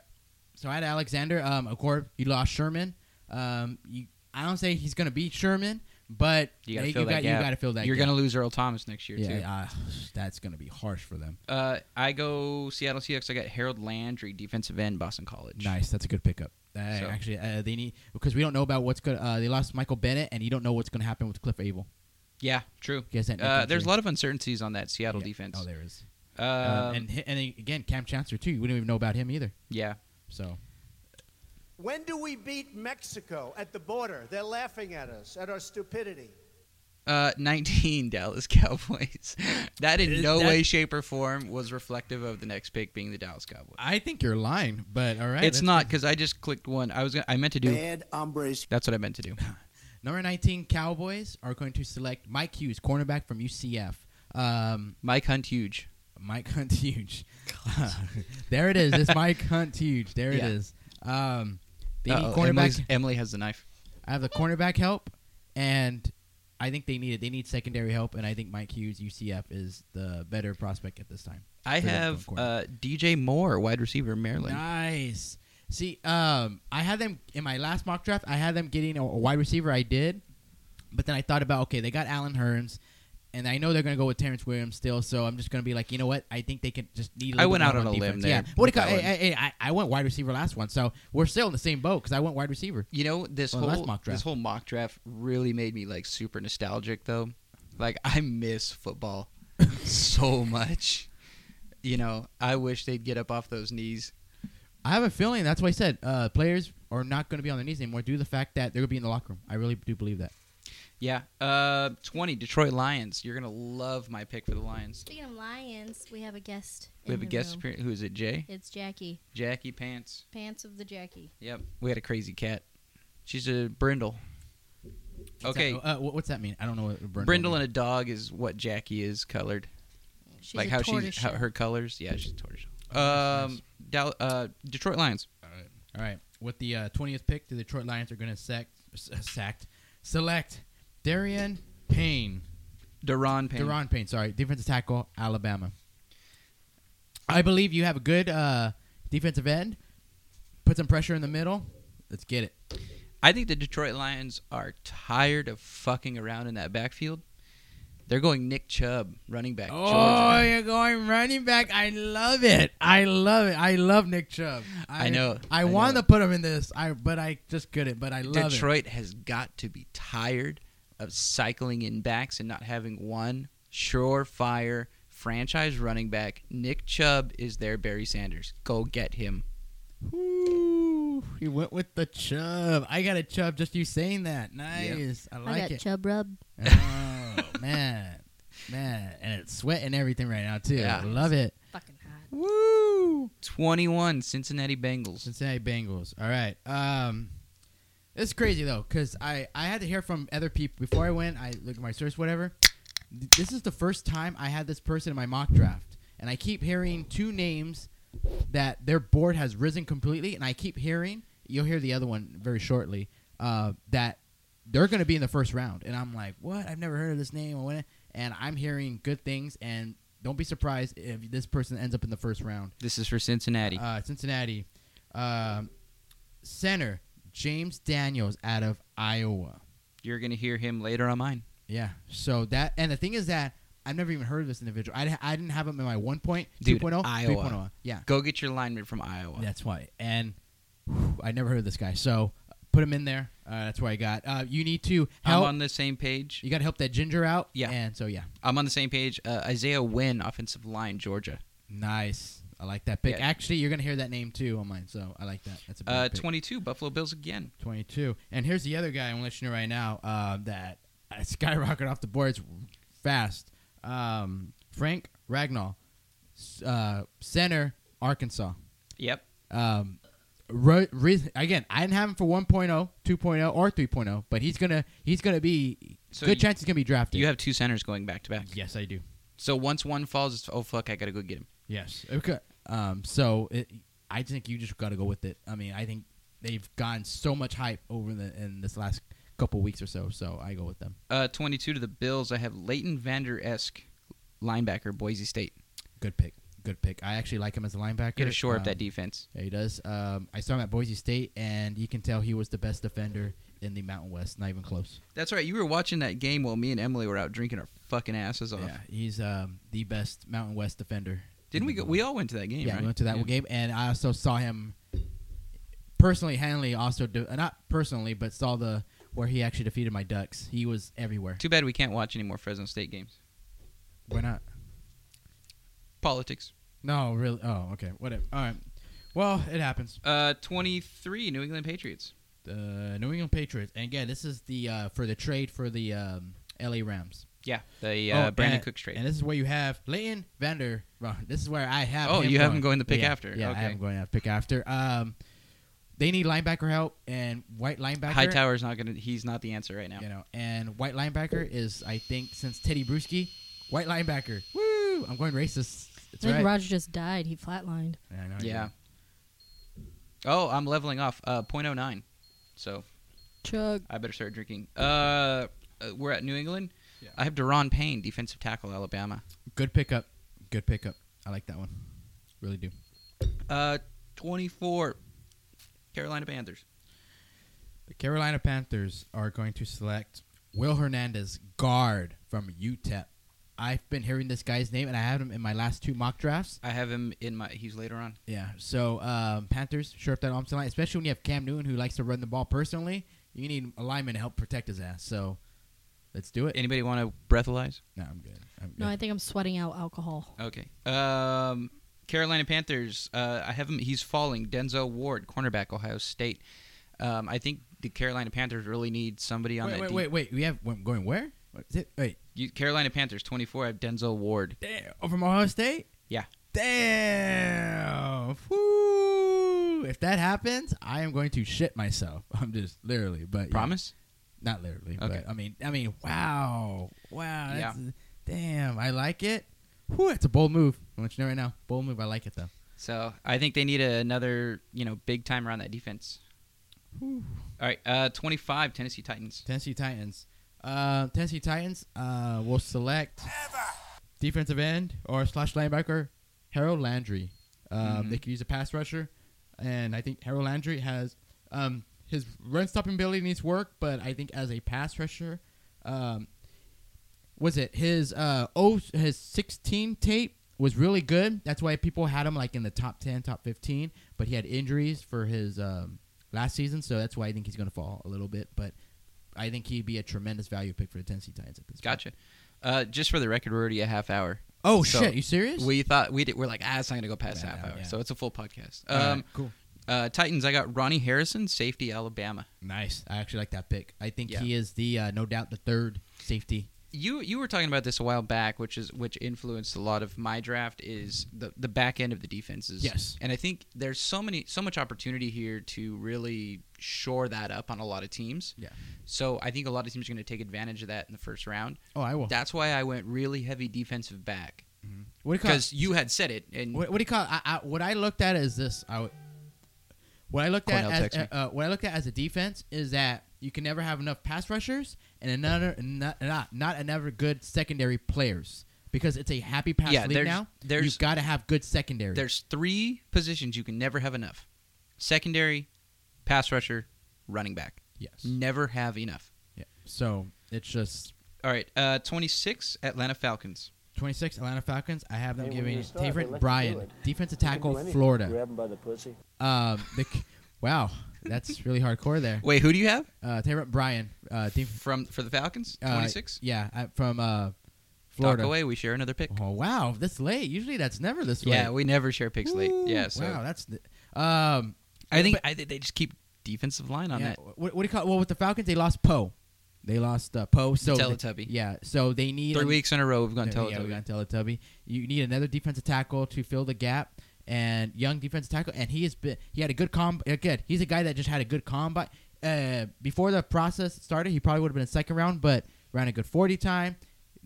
Speaker 2: so I had Alexander. Um, of course, you lost Sherman. Um, you, I don't say he's gonna beat Sherman, but
Speaker 4: You gotta
Speaker 2: they-
Speaker 4: fill
Speaker 2: you
Speaker 4: that
Speaker 2: got,
Speaker 4: gap.
Speaker 2: You gotta fill that.
Speaker 4: You're
Speaker 2: gap.
Speaker 4: gonna lose Earl Thomas next year too.
Speaker 2: Yeah, uh, that's gonna be harsh for them.
Speaker 4: Uh, I go Seattle Seahawks. I got Harold Landry, defensive end, Boston College.
Speaker 2: Nice, that's a good pickup. Uh,
Speaker 4: So-
Speaker 2: Actually, uh, they need because we don't know about what's gonna. Uh, they lost Michael Bennett, and you don't know what's gonna happen with Cliff Abel.
Speaker 4: Yeah, true.
Speaker 2: You guys that
Speaker 4: Uh, there's a lot of uncertainties on that Seattle
Speaker 2: Yeah.
Speaker 4: defense.
Speaker 2: Oh, there is.
Speaker 4: Um,
Speaker 2: um, and hi- and again, Cam Chancellor too. We don't even know about him either.
Speaker 4: yeah,
Speaker 2: So
Speaker 3: When do we beat Mexico at the border? They're laughing at us, at our stupidity.
Speaker 4: uh, 19 Dallas Cowboys. that in
Speaker 2: Is
Speaker 4: no
Speaker 2: that-
Speaker 4: way, shape, or form was reflective of the next pick being the Dallas Cowboys.
Speaker 2: I think you're lying, but all right.
Speaker 4: it's
Speaker 2: that's-
Speaker 4: not because I just clicked one. I was gonna, I meant to do.
Speaker 6: Bad hombres.
Speaker 4: That's what I meant to do.
Speaker 2: Number 19 Cowboys are going to select Mike Hughes, cornerback from UCF. Um,
Speaker 4: Mike Hunt, huge.
Speaker 2: Mike Hunt huge. there it is. It's Mike Hunt huge. There
Speaker 4: Yeah.
Speaker 2: it is. Um, they need
Speaker 4: Uh-oh, Emily's-
Speaker 2: cornerback.
Speaker 4: Emily has the knife.
Speaker 2: I have the cornerback help, and I think they need it. They need secondary help, and I think Mike Hughes UCF is the better prospect at this time.
Speaker 4: I
Speaker 2: For them
Speaker 4: have
Speaker 2: going
Speaker 4: uh, DJ Moore, wide receiver, Maryland.
Speaker 2: Nice. See, um, I had them in my last mock draft. I had them getting a, a wide receiver. I did, but then I thought about okay, they got Alan Hearns, and I know they're going to go with Terrence Williams still. So I'm just going to be like, you know what? I think they can just need. A
Speaker 4: I
Speaker 2: little
Speaker 4: went
Speaker 2: bit
Speaker 4: out
Speaker 2: more
Speaker 4: on a limb
Speaker 2: defense.
Speaker 4: there
Speaker 2: Yeah. What do you
Speaker 4: with
Speaker 2: call-
Speaker 4: that
Speaker 2: hey, hey, hey, I, I went wide receiver last one, so we're still in the same boat because I went wide receiver.
Speaker 4: You know this
Speaker 2: Well, that's
Speaker 4: whole
Speaker 2: mock draft.
Speaker 4: this whole mock draft really made me like super nostalgic though. Like I miss football so much. You know, I wish they'd get up off those knees.
Speaker 2: I have a feeling that's why I said uh, players are not going to be on their knees anymore due to the fact that they're going to be in the locker room. I really do believe that.
Speaker 4: Yeah. Uh, twenty Detroit Lions. You're gonna love my pick for the Lions.
Speaker 8: Speaking of lions, we have a guest.
Speaker 4: We
Speaker 8: in
Speaker 4: have
Speaker 8: the
Speaker 4: a guest
Speaker 8: room.
Speaker 4: appearance. Who is it? Jay?
Speaker 8: It's Jackie,
Speaker 4: Jackie Pants.
Speaker 8: pants of the Jackie.
Speaker 4: Yep. We had a crazy cat. She's a brindle. Okay.
Speaker 2: Uh, wh- what's that mean? I don't know what Brindle.
Speaker 4: brindle
Speaker 2: means.
Speaker 4: and a dog is what Jackie is colored.
Speaker 8: She's
Speaker 4: like
Speaker 8: a
Speaker 4: how
Speaker 8: tortoise
Speaker 4: she's how,
Speaker 8: shell.
Speaker 4: her colors. Yeah, she's tortoiseshell.
Speaker 2: nice,
Speaker 4: Um,
Speaker 2: Oh, nice.
Speaker 4: Dal- uh, Detroit Lions.
Speaker 2: All right. With the uh, 20th pick, the Detroit Lions are going to sack, s- sacked, select Darian Payne.
Speaker 4: Deron Payne.
Speaker 2: Deron Payne, sorry. Defensive tackle, Alabama. I believe you have a good uh, defensive end, put some pressure in the middle. Let's get it.
Speaker 4: I think the Detroit Lions are tired of fucking around in that backfield. They're going Nick Chubb, running back.
Speaker 2: Oh,
Speaker 4: Georgia.
Speaker 2: you're going running back. I love it. I love it. I love Nick Chubb.
Speaker 4: I know.
Speaker 2: I,
Speaker 4: I know.
Speaker 2: wanted to put him in this, I but I just couldn't. But I love
Speaker 4: Detroit has got to be tired of cycling in backs and not having one surefire franchise running back. Nick Chubb is their Barry Sanders. Go get him.
Speaker 2: it. Ooh, he went with the Chubb. I got a Chubb just you saying that. Nice. I
Speaker 8: I
Speaker 2: like
Speaker 8: got
Speaker 2: it.
Speaker 8: chub rub.
Speaker 2: Oh man, man, and it's sweating everything right now too.
Speaker 4: Yeah.
Speaker 2: Love it.
Speaker 8: Fucking hot.
Speaker 2: Woo!
Speaker 4: 21 Cincinnati Bengals.
Speaker 2: Cincinnati Bengals. All right. Um, it's crazy though, cause I I had to hear from other people before I went. I looked at my source, whatever. This is the first time I had this person in my mock draft, and I keep hearing two names that their board has risen completely, and I keep hearing. You'll hear the other one very shortly. Uh, that they're going to be in the first round, and I'm like, what? I've never heard of this name. I wanna-" And I'm hearing good things, and don't be surprised if this person ends up in the first round.
Speaker 4: This is for Cincinnati.
Speaker 2: Uh, Cincinnati. Um, center, James Daniels out of Iowa.
Speaker 4: You're going to hear him later on mine.
Speaker 2: Yeah. So that, and the thing is that I've never even heard of this individual. I, I didn't have him in my 1 point,
Speaker 4: Dude,
Speaker 2: 2.0,
Speaker 4: Iowa.
Speaker 2: 3.0. Yeah.
Speaker 4: Go get your lineman from Iowa.
Speaker 2: That's why. And whew, I never heard of this guy. So put him in there. Uh, that's what I got. Uh, you need to
Speaker 4: I'm
Speaker 2: help.
Speaker 4: on the same page.
Speaker 2: you got to help that ginger out.
Speaker 4: Yeah.
Speaker 2: And so, yeah.
Speaker 4: I'm on the same page. Uh, Isaiah Wynn, offensive line, Georgia.
Speaker 2: Nice. I like that pick.
Speaker 4: Yeah.
Speaker 2: Actually, you're going to hear that name too on mine. So I like that. That's a big
Speaker 4: Uh,
Speaker 2: pick.
Speaker 4: 22, Buffalo Bills again.
Speaker 2: 22. And here's the other guy I'm let you know right now uh, that uh, skyrocketed off the boards fast. Um, Frank Ragnall, s- uh, center, Arkansas.
Speaker 4: Yep.
Speaker 2: Um, ro- re- again, I didn't have him for oh, 1.0, 2.0, or 3.0, but he's gonna he's gonna be
Speaker 4: So
Speaker 2: good
Speaker 4: you-
Speaker 2: chance he's gonna be drafted.
Speaker 4: You have two centers going back to back.
Speaker 2: yes, I do.
Speaker 4: So once one falls, it's, oh, fuck, I got to go get him.
Speaker 2: Yes. Okay. Um, so it, I think you just got to go with it. I mean, I think they've gotten so much hype over the in this last couple weeks or so. So I go with them.
Speaker 4: Uh, 22 to the Bills. I have Leighton Vander Esk, linebacker, Boise State.
Speaker 2: Good pick. Good pick. I actually like him as a linebacker.
Speaker 4: Get to shore up
Speaker 2: Um,
Speaker 4: that defense.
Speaker 2: Yeah, he does. Um, I saw him at Boise State, and you can tell he was the best defender in the Mountain West. Not even close.
Speaker 4: That's right. You were watching that game while me and Emily were out drinking our fucking asses off.
Speaker 2: Yeah, he's um, the best Mountain West defender.
Speaker 4: Didn't we go? We all went to that game,
Speaker 2: Yeah,
Speaker 4: right?
Speaker 2: we went to that
Speaker 4: Yeah.
Speaker 2: game, and I also saw him personally. Hanley also do, uh, not personally, but saw the where he actually defeated my Ducks. He was everywhere.
Speaker 4: Too bad we can't watch any more Fresno State games.
Speaker 2: Why not?
Speaker 4: Politics.
Speaker 2: No, really. Oh, okay. Whatever. All right. Well, it happens.
Speaker 4: Uh, 23, New England Patriots.
Speaker 2: the uh, New England Patriots, and again, this is the uh, for the trade for the um, L.A. Rams.
Speaker 4: Yeah, the uh,
Speaker 2: Oh,
Speaker 4: Brandon
Speaker 2: and-
Speaker 4: Cook trade.
Speaker 2: and this is where you have Leighton Vander. well, This is where I have.
Speaker 4: Oh,
Speaker 2: him
Speaker 4: you have
Speaker 2: going.
Speaker 4: him going the pick
Speaker 2: Yeah,
Speaker 4: after.
Speaker 2: Yeah,
Speaker 4: Okay.
Speaker 2: I am going to pick after. Um, they need linebacker help and white linebacker.
Speaker 4: Hightower's not gonna. He's not the answer right now.
Speaker 2: you know, and white linebacker is I think since Teddy Bruschi, white linebacker. Woo! I'm going racist. It's
Speaker 5: I think
Speaker 2: right.
Speaker 5: Roger just died. He flatlined.
Speaker 2: Yeah, I know you
Speaker 4: Yeah.
Speaker 2: did.
Speaker 4: Oh, I'm leveling off. Uh, 0.09. So
Speaker 5: Chug.
Speaker 4: I better start drinking. Uh, uh, we're at New England.
Speaker 2: Yeah.
Speaker 4: I have Deron Payne, defensive tackle, Alabama.
Speaker 2: Good pickup. Good pickup. I like that one. Really do.
Speaker 4: Uh, 24. Carolina Panthers.
Speaker 2: The Carolina Panthers are going to select Will Hernandez, guard from UTEP. I've been hearing this guy's name, and I had him in my last two mock drafts.
Speaker 4: I have him in my. He's later on.
Speaker 2: Yeah, so um, Panthers, sure up that arm line, especially when you have Cam Newton who likes to run the ball personally. You need a lineman to help protect his ass. So let's do it.
Speaker 4: Anybody want to breathalyze?
Speaker 2: no, I'm good. I'm good.
Speaker 5: No, I think I'm sweating out alcohol.
Speaker 4: Okay. Um, Carolina Panthers. Uh, I have him. He's falling. Denzel Ward, cornerback, Ohio State. Um, I think the Carolina Panthers really need somebody on
Speaker 2: wait,
Speaker 4: that.
Speaker 2: wait,
Speaker 4: de-
Speaker 2: wait, wait. We have we going where? What is it? Wait,
Speaker 4: You, Carolina Panthers 24. I have Denzel Ward.
Speaker 2: damn, oh, from Ohio State.
Speaker 4: Yeah.
Speaker 2: Damn. Woo. If that happens, I am going to shit myself. I'm just literally, but yeah.
Speaker 4: Promise.
Speaker 2: Not literally,
Speaker 4: Okay.
Speaker 2: but I mean, I mean, wow, wow,
Speaker 4: Yeah.
Speaker 2: that's, damn, I like it. Whew, it's a bold move. I want you to know right now, bold move. I like it though.
Speaker 4: So I think they need a, another you know big timer on that defense.
Speaker 2: Whew.
Speaker 4: All right. Uh, 25. Tennessee Titans.
Speaker 2: Tennessee Titans, uh, Tennessee Titans uh, will select defensive end or slash linebacker Harold Landry. Um,
Speaker 4: Mhm.
Speaker 2: They could use a pass rusher. and I think Harold Landry has um, his run stopping ability needs work, but I think as a pass rusher, um, was it his uh oh his 16 tape was really good. That's why people had him like in the top 10, top 15, but he had injuries for his um, last season, so that's why I think he's going to fall a little bit, but I think he'd be a tremendous value pick for the Tennessee Titans at this. point.
Speaker 4: Gotcha. Uh, just for the record, we're already a half hour.
Speaker 2: Oh
Speaker 4: So,
Speaker 2: shit, you serious?
Speaker 4: We thought we did, we're like, ah, it's not gonna go past
Speaker 2: Yeah,
Speaker 4: half
Speaker 2: no,
Speaker 4: hour,
Speaker 2: yeah.
Speaker 4: so it's a full podcast.
Speaker 2: All right,
Speaker 4: Um,
Speaker 2: cool.
Speaker 4: uh, Titans. I got Ronnie Harrison, safety, Alabama.
Speaker 2: Nice. I actually like that pick. I think
Speaker 4: Yeah.
Speaker 2: he is the uh, no doubt the third safety.
Speaker 4: You you were talking about this a while back, which is which influenced a lot of my draft is the the back end of the defenses.
Speaker 2: Yes.
Speaker 4: and I think there's so many so much opportunity here to really shore that up on a lot of teams.
Speaker 2: Yeah.
Speaker 4: So I think a lot of teams are going to take advantage of that in the first round.
Speaker 2: Oh, I will.
Speaker 4: That's why I went really heavy defensive back
Speaker 2: what do you call?
Speaker 4: because you had said it and
Speaker 2: What, what do you call? I, I, what I looked at is this. I would- what I looked
Speaker 4: Cornell,
Speaker 2: at
Speaker 4: text
Speaker 2: as
Speaker 4: me.
Speaker 2: uh, uh, what I looked at as a defense is that you can never have enough pass rushers and another not not, not another good secondary players because it's a happy pass
Speaker 4: Yeah,
Speaker 2: league
Speaker 4: there's-
Speaker 2: now.
Speaker 4: there's-
Speaker 2: You've got to have good secondary.
Speaker 4: there's three positions you can never have enough secondary pass rusher running back
Speaker 2: yes.
Speaker 4: never have enough
Speaker 2: Yeah. So it's just
Speaker 4: all right uh 26 atlanta falcons
Speaker 2: 26 Atlanta Falcons. I have them
Speaker 7: Hey, when
Speaker 2: giving
Speaker 7: you start, they let you
Speaker 2: Taven
Speaker 7: do
Speaker 2: Bryan,
Speaker 7: it.
Speaker 2: defensive
Speaker 7: You can do
Speaker 2: tackle,
Speaker 7: anything.
Speaker 2: Florida.
Speaker 7: Grab him by the pussy.
Speaker 2: Um, the, wow, that's really hardcore there.
Speaker 4: wait who do you have
Speaker 2: Uh, Taven Bryan, uh, def-
Speaker 4: from for the falcons
Speaker 2: uh,
Speaker 4: 26
Speaker 2: Yeah, I, from uh, Florida.
Speaker 4: Talk away we share another pick
Speaker 2: Oh wow, this late. Usually that's never this late.
Speaker 4: yeah we never share picks late yeah so
Speaker 2: wow, that's th- um.
Speaker 4: i think i think they just keep defensive line on
Speaker 2: yeah,
Speaker 4: that
Speaker 2: What, what do you call? Well, with the Falcons, they lost Poe. They lost uh, Poe. So they-
Speaker 4: Teletubby.
Speaker 2: yeah, so they need
Speaker 4: three
Speaker 2: an-
Speaker 4: weeks in a row we've gone
Speaker 2: Yeah,
Speaker 4: tell
Speaker 2: yeah, we got Teletubby. You need another defensive tackle to fill the gap, and young defensive tackle. And he has been he had a good comb. uh, Good, he's a guy that just had a good combine. Uh, before the process started, he probably would have been in second round, but ran a good forty time,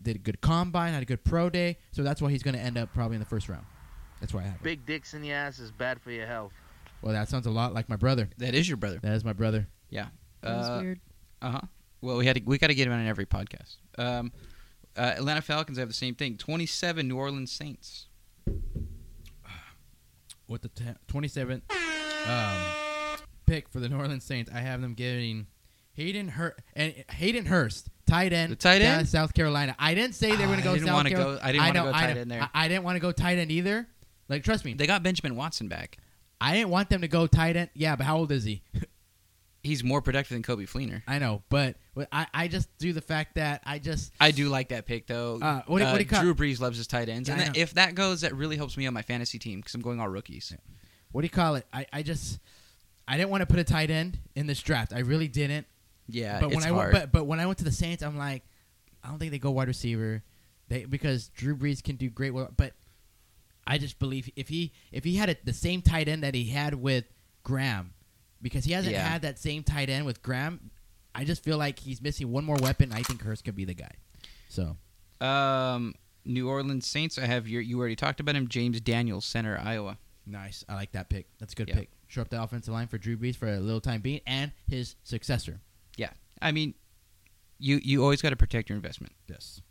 Speaker 2: did a good combine, had a good pro day. So that's why he's going to end up probably in the first round. That's why I have him.
Speaker 9: Big dicks in the ass is bad for your health.
Speaker 2: Well, that sounds a lot like my brother.
Speaker 4: that is your brother
Speaker 2: That is my brother.
Speaker 5: That was
Speaker 4: Uh,
Speaker 5: weird.
Speaker 4: Uh huh. Well, we had to, we got to get him on every podcast. Um, uh, Atlanta Falcons have the same thing. Twenty seven New Orleans Saints.
Speaker 2: With the te- 27th um, pick for the New Orleans Saints, I have them giving Hayden Hur- and Hayden Hurst, tight end,
Speaker 4: The tight
Speaker 2: down
Speaker 4: end?
Speaker 2: South Carolina. I didn't say they were going
Speaker 4: Ah, I
Speaker 2: to go
Speaker 4: didn't
Speaker 2: South
Speaker 4: wanna go-
Speaker 2: Carolina.
Speaker 4: I didn't wanna go tight
Speaker 2: I,
Speaker 4: end there.
Speaker 2: I, I didn't want to go tight end either. Like, trust me,
Speaker 4: They got Benjamin Watson back.
Speaker 2: I didn't want them to go tight end. Yeah, but how old is he?
Speaker 4: He's more productive than Kobe Fleener.
Speaker 2: I know, but but I, I just do the fact that I just
Speaker 4: I do like that pick though.
Speaker 2: Uh, what do- what do you call-
Speaker 4: Drew Brees loves his tight ends,
Speaker 2: Yeah,
Speaker 4: and
Speaker 2: I
Speaker 4: that-
Speaker 2: know.
Speaker 4: if that goes, that really helps me on my fantasy team because I'm going all rookies.
Speaker 2: what do you call it? I, I just I didn't want to put a tight end in this draft. I really didn't.
Speaker 4: Yeah,
Speaker 2: but
Speaker 4: Uh, it's
Speaker 2: when I
Speaker 4: hard.
Speaker 2: went, but, but when I went to the Saints, I'm like, I don't think they go wide receiver, they because Drew Brees can do great. work, But I just believe if he if he had a, the same tight end that he had with Graham, because he hasn't
Speaker 4: Yeah.
Speaker 2: had that same tight end with Graham, I just feel like he's missing one more weapon. I think Hurst could be the guy. So
Speaker 4: um, New Orleans Saints. I have your you already talked about him. James Daniels, center, Iowa.
Speaker 2: nice, I like that pick. That's a good
Speaker 4: Yeah.
Speaker 2: pick. Shore up the offensive line for Drew Brees for a little time being and his successor.
Speaker 4: I mean, you you always got to protect your investment.
Speaker 2: Yes.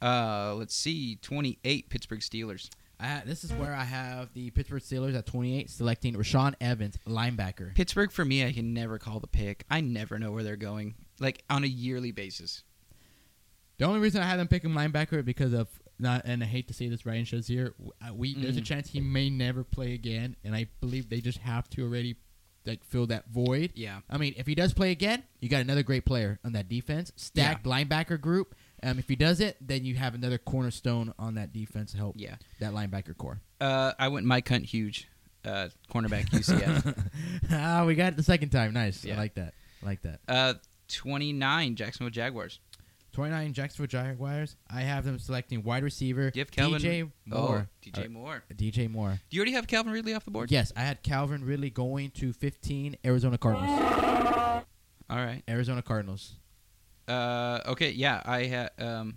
Speaker 4: Uh, let's see, twenty eight Pittsburgh Steelers.
Speaker 2: I, this is where I have the Pittsburgh Steelers at 28 selecting Rashawn Evans, linebacker.
Speaker 4: Pittsburgh for me, I can never call the pick. I never know where they're going, like on a yearly basis.
Speaker 2: The only reason I had them pick him linebacker is because of not, and I hate to say this, Ryan Shazier. w- uh, We there's a
Speaker 4: Mm.
Speaker 2: chance he may never play again, and I believe they just have to already like fill that void.
Speaker 4: Yeah,
Speaker 2: I mean, if he does play again, you got another great player on that defense, stacked linebacker group. Um, if he does it, then you have another cornerstone on that defense to help
Speaker 4: yeah.
Speaker 2: that linebacker core.
Speaker 4: Uh, I went Mike Hunt huge, uh, cornerback UCF.
Speaker 2: ah, we got it the second time. Nice.
Speaker 4: Yeah.
Speaker 2: I like that. I like that.
Speaker 4: uh, twenty nine Jacksonville Jaguars.
Speaker 2: 29 Jacksonville Jaguars. I have them selecting wide receiver
Speaker 4: Give Calvin
Speaker 2: DJ Moore.
Speaker 4: Oh, DJ
Speaker 2: Uh,
Speaker 4: Moore.
Speaker 2: DJ Moore.
Speaker 4: Do you already have Calvin Ridley off the board?
Speaker 2: Yes, I had Calvin Ridley going to 15 Arizona Cardinals.
Speaker 4: All right.
Speaker 2: Arizona Cardinals.
Speaker 4: Uh, okay. Yeah, I had. Um,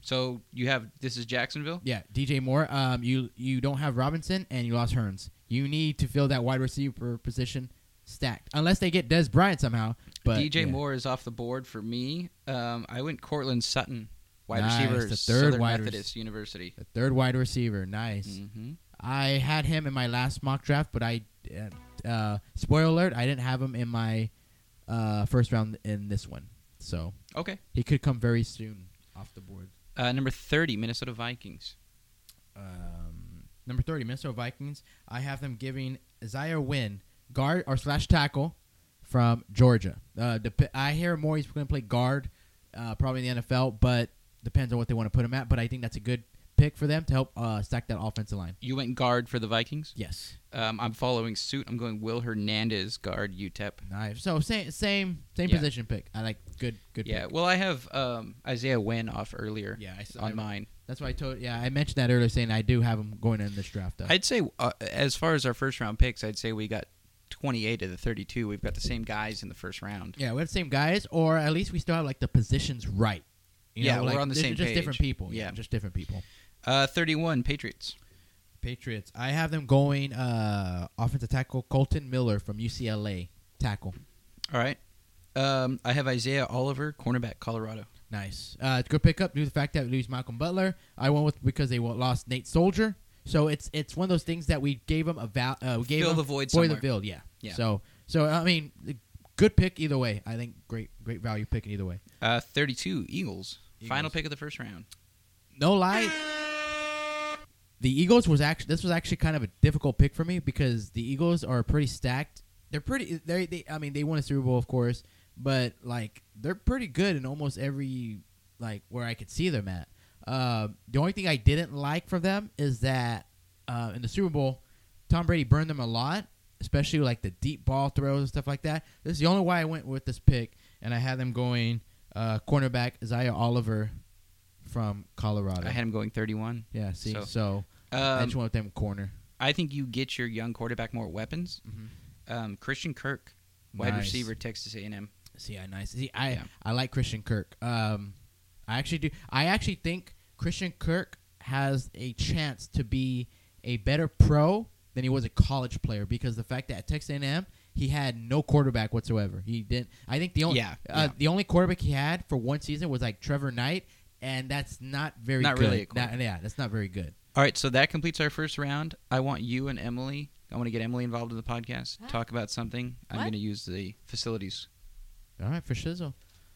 Speaker 4: so you have this is Jacksonville.
Speaker 2: Yeah, DJ Moore. Um, you you don't have Robinson and you lost Hearns. You need to fill that wide receiver position stacked, unless they get Des Bryant somehow. But
Speaker 4: DJ
Speaker 2: yeah.
Speaker 4: Moore is off the board for me. Um, I went Cortland Sutton, wide
Speaker 2: Nice,
Speaker 4: receiver,
Speaker 2: the third
Speaker 4: Southern
Speaker 2: wide rec-
Speaker 4: Methodist University.
Speaker 2: the third wide receiver. Nice.
Speaker 4: hmm
Speaker 2: I had him in my last mock draft, but I, uh, uh, spoiler alert, I didn't have him in my uh, first round in this one. So
Speaker 4: Okay.
Speaker 2: he could come very soon off the board.
Speaker 4: Uh, number 30, Minnesota Vikings.
Speaker 2: Um, number thirty, Minnesota Vikings. I have them giving Zaire Win guard or slash tackle from Georgia. Uh, dep- I hear more he's going to play guard, uh, probably in the NFL, but depends on what they want to put him at. But I think that's a good pick for them to help uh, stack that offensive line.
Speaker 4: You went guard for the Vikings.
Speaker 2: Yes,
Speaker 4: Um, I'm following suit. I'm going Will Hernandez, guard, E UTEP.
Speaker 2: nice. So same same same
Speaker 4: Yeah.
Speaker 2: position pick. I like good good.
Speaker 4: Yeah,
Speaker 2: pick.
Speaker 4: well, I have um, Isaiah Wynn off earlier
Speaker 2: yeah. I, s- I-
Speaker 4: on mine.
Speaker 2: That's why I told. Yeah, I mentioned that earlier, saying I do have him going in this draft. Though.
Speaker 4: I'd say, uh, as far as our first round picks, I'd say we got 28 of the 32. We've got the same guys in the first round.
Speaker 2: Yeah, we have the same guys, or at least we still have like the positions right.
Speaker 4: Yeah, we're on the
Speaker 2: these are
Speaker 4: same
Speaker 2: Just
Speaker 4: page.
Speaker 2: different people. Yeah.
Speaker 4: Yeah.
Speaker 2: just different people.
Speaker 4: Uh, 31, Patriots.
Speaker 2: Patriots. I have them going uh offensive tackle Colton Miller from UCLA. Tackle.
Speaker 4: All right. Um, I have Isaiah Oliver, cornerback, Colorado.
Speaker 2: Nice. Uh, it's a good pickup due to the fact that we lose Malcolm Butler. I went with because they wa- lost Nate Soldier. So it's it's one of those things that we gave them a val- uh, we gave
Speaker 4: Fill
Speaker 2: them
Speaker 4: the void
Speaker 2: void the
Speaker 4: somewhere.
Speaker 2: field. Yeah.
Speaker 4: Yeah.
Speaker 2: So so I mean, good pick either way. I think great great value pick in either way.
Speaker 4: Uh, 32, Eagles. Final
Speaker 2: Eagles.
Speaker 4: pick of the first round.
Speaker 2: no lie, the Eagles was actually this was actually kind of a difficult pick for me because the Eagles are pretty stacked. They're pretty. They, they I mean, they won a Super Bowl, of course, but like they're pretty good in almost every like where I could see them at. Uh, the only thing I didn't like from them is that uh, in the Super Bowl, Tom Brady burned them a lot, especially like the deep ball throws and stuff like that. This is the only way I went with this pick, and I had them going uh, cornerback Isaiah Oliver from Colorado.
Speaker 4: I had him going 31.
Speaker 2: yeah, see,
Speaker 4: so-
Speaker 2: so, I
Speaker 4: Um,
Speaker 2: just went with them corner.
Speaker 4: I think you get your young quarterback more weapons. Um, Christian Kirk, wide
Speaker 2: Nice.
Speaker 4: receiver, Texas A&M.
Speaker 2: See, I nice. See, I
Speaker 4: Yeah.
Speaker 2: I like Christian Kirk. Um, I actually do. I actually think Christian Kirk has a chance to be a better pro than he was a college player because the fact that at Texas A&M he had no quarterback whatsoever. He didn't. I think the only
Speaker 4: Yeah,
Speaker 2: uh,
Speaker 4: yeah.
Speaker 2: the only quarterback he had for one season was like Trevor Knight, and that's not very
Speaker 4: Not
Speaker 2: good.
Speaker 4: really a
Speaker 2: Not-
Speaker 4: quarterback.
Speaker 2: yeah, that's not very good.
Speaker 4: All right, so that completes our first round. I want you and Emily. I want to get Emily involved in the podcast.
Speaker 5: What?
Speaker 4: Talk about something. I'm
Speaker 5: What?
Speaker 4: going to use the facilities.
Speaker 2: All right, for Shizzle.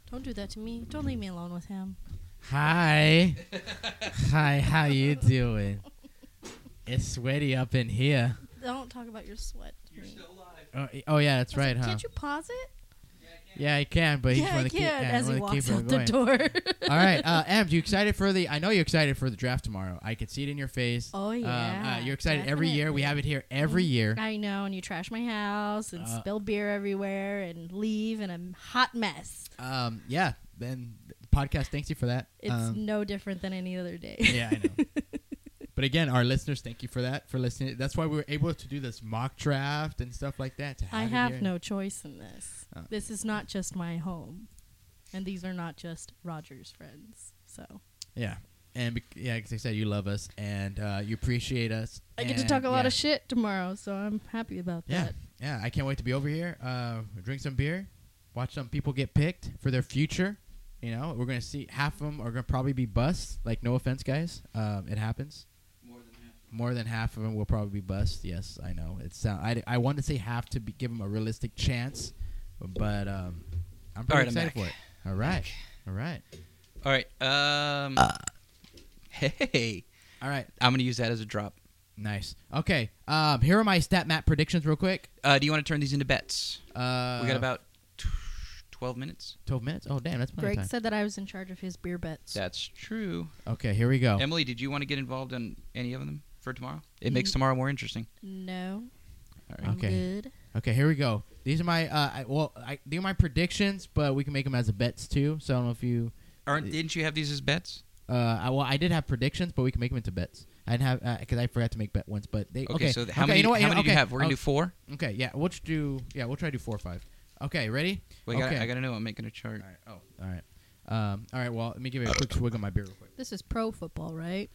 Speaker 5: Don't do that to me. Don't leave me alone with him.
Speaker 2: Hi. Hi, how you doing? It's sweaty up in here.
Speaker 5: Don't talk about your sweat. to me.
Speaker 4: alive.
Speaker 2: Oh, oh yeah, that's
Speaker 5: I was
Speaker 2: right, huh?
Speaker 5: like,
Speaker 2: Oh,
Speaker 5: Can't you pause it?
Speaker 2: yeah, I can, but
Speaker 5: yeah,
Speaker 2: he's
Speaker 5: I
Speaker 2: to keep,
Speaker 5: can.
Speaker 2: yeah,
Speaker 5: As
Speaker 2: you
Speaker 5: he
Speaker 2: wanna keep
Speaker 5: walks
Speaker 2: it
Speaker 5: out the
Speaker 2: going.
Speaker 5: door.
Speaker 2: All right, uh, Em, you excited for the? I know you're excited for the draft tomorrow. I could see it in your face.
Speaker 5: Oh,
Speaker 2: Um,
Speaker 5: yeah, Mm-hmm.
Speaker 2: uh, you're excited every year. We
Speaker 5: definitely.
Speaker 2: have it here every year.
Speaker 5: I know, and you trash my house and
Speaker 2: Uh,
Speaker 5: spill beer everywhere and leave in a hot mess.
Speaker 2: Um, yeah, and the podcast thanks you for that.
Speaker 5: It's
Speaker 2: Um,
Speaker 5: no different than any other day.
Speaker 2: yeah, I know. But again, our listeners, thank you for that, for listening. That's why we were able to do this mock draft and stuff like that. to
Speaker 5: I
Speaker 2: it
Speaker 5: have
Speaker 2: here.
Speaker 5: no choice in this.
Speaker 2: Uh.
Speaker 5: This is not just my home, and these are not just Roger's friends. So
Speaker 2: Yeah, and bec- yeah, because I said you love us and uh, you appreciate us.
Speaker 5: I get to
Speaker 2: and
Speaker 5: talk a lot
Speaker 2: yeah.
Speaker 5: of shit tomorrow, so I'm happy about
Speaker 2: Yeah,
Speaker 5: that.
Speaker 2: yeah, I can't wait to be over here. Uh, drink some beer, watch some people get picked for their future. You know, we're gonna see half of them are gonna probably be bust. Like, no offense, guys, um, it happens. More than half of them will probably be bust. Yes, I know. It's sound. I, I wanted to say half to be, give them a realistic chance, but um, I'm pretty
Speaker 4: right, I'm
Speaker 2: excited
Speaker 4: back.
Speaker 2: for it. All right, all right,
Speaker 4: All right. Um, Hey,
Speaker 2: all right.
Speaker 4: I'm going to use that as a drop.
Speaker 2: Nice. Okay. Um, here are my stat map predictions, real quick.
Speaker 4: Uh, do you want to turn these into bets?
Speaker 2: Uh,
Speaker 4: we got about t- 12 minutes.
Speaker 2: twelve minutes. Oh, damn, that's plenty
Speaker 5: Greg
Speaker 2: of time.
Speaker 5: said that I was in charge of his beer bets.
Speaker 4: That's true.
Speaker 2: Okay, here we go.
Speaker 4: Oh. Emily, did you want to get involved in any of them for tomorrow? It makes
Speaker 5: Mm.
Speaker 4: tomorrow more interesting.
Speaker 5: No,
Speaker 2: right.
Speaker 5: I'm
Speaker 2: Okay.
Speaker 5: good.
Speaker 2: Okay, here we go. These are my uh, I, well, I, these are my predictions, but we can make them as a bets too. So I don't know if you.
Speaker 4: Aren't, didn't you have these as bets?
Speaker 2: Uh, I, well, I did have predictions, but we can make them into bets. I didn't have because I forgot to make bet once, but they. Okay,
Speaker 4: Okay, so th- how
Speaker 2: okay,
Speaker 4: many,
Speaker 2: You know what?
Speaker 4: how
Speaker 2: know-
Speaker 4: many do you
Speaker 2: okay,
Speaker 4: have? We're going to do four?
Speaker 2: oh, Okay, yeah, we'll just do. Yeah, we'll try to do four or five. Okay, ready?
Speaker 4: Wait, I
Speaker 2: okay.
Speaker 4: gotta- I got to know. I'm making a chart.
Speaker 2: All right. Oh, all right. Um, all right. Well, let me give you a quick swig of my beer real quick.
Speaker 5: This is pro football, right?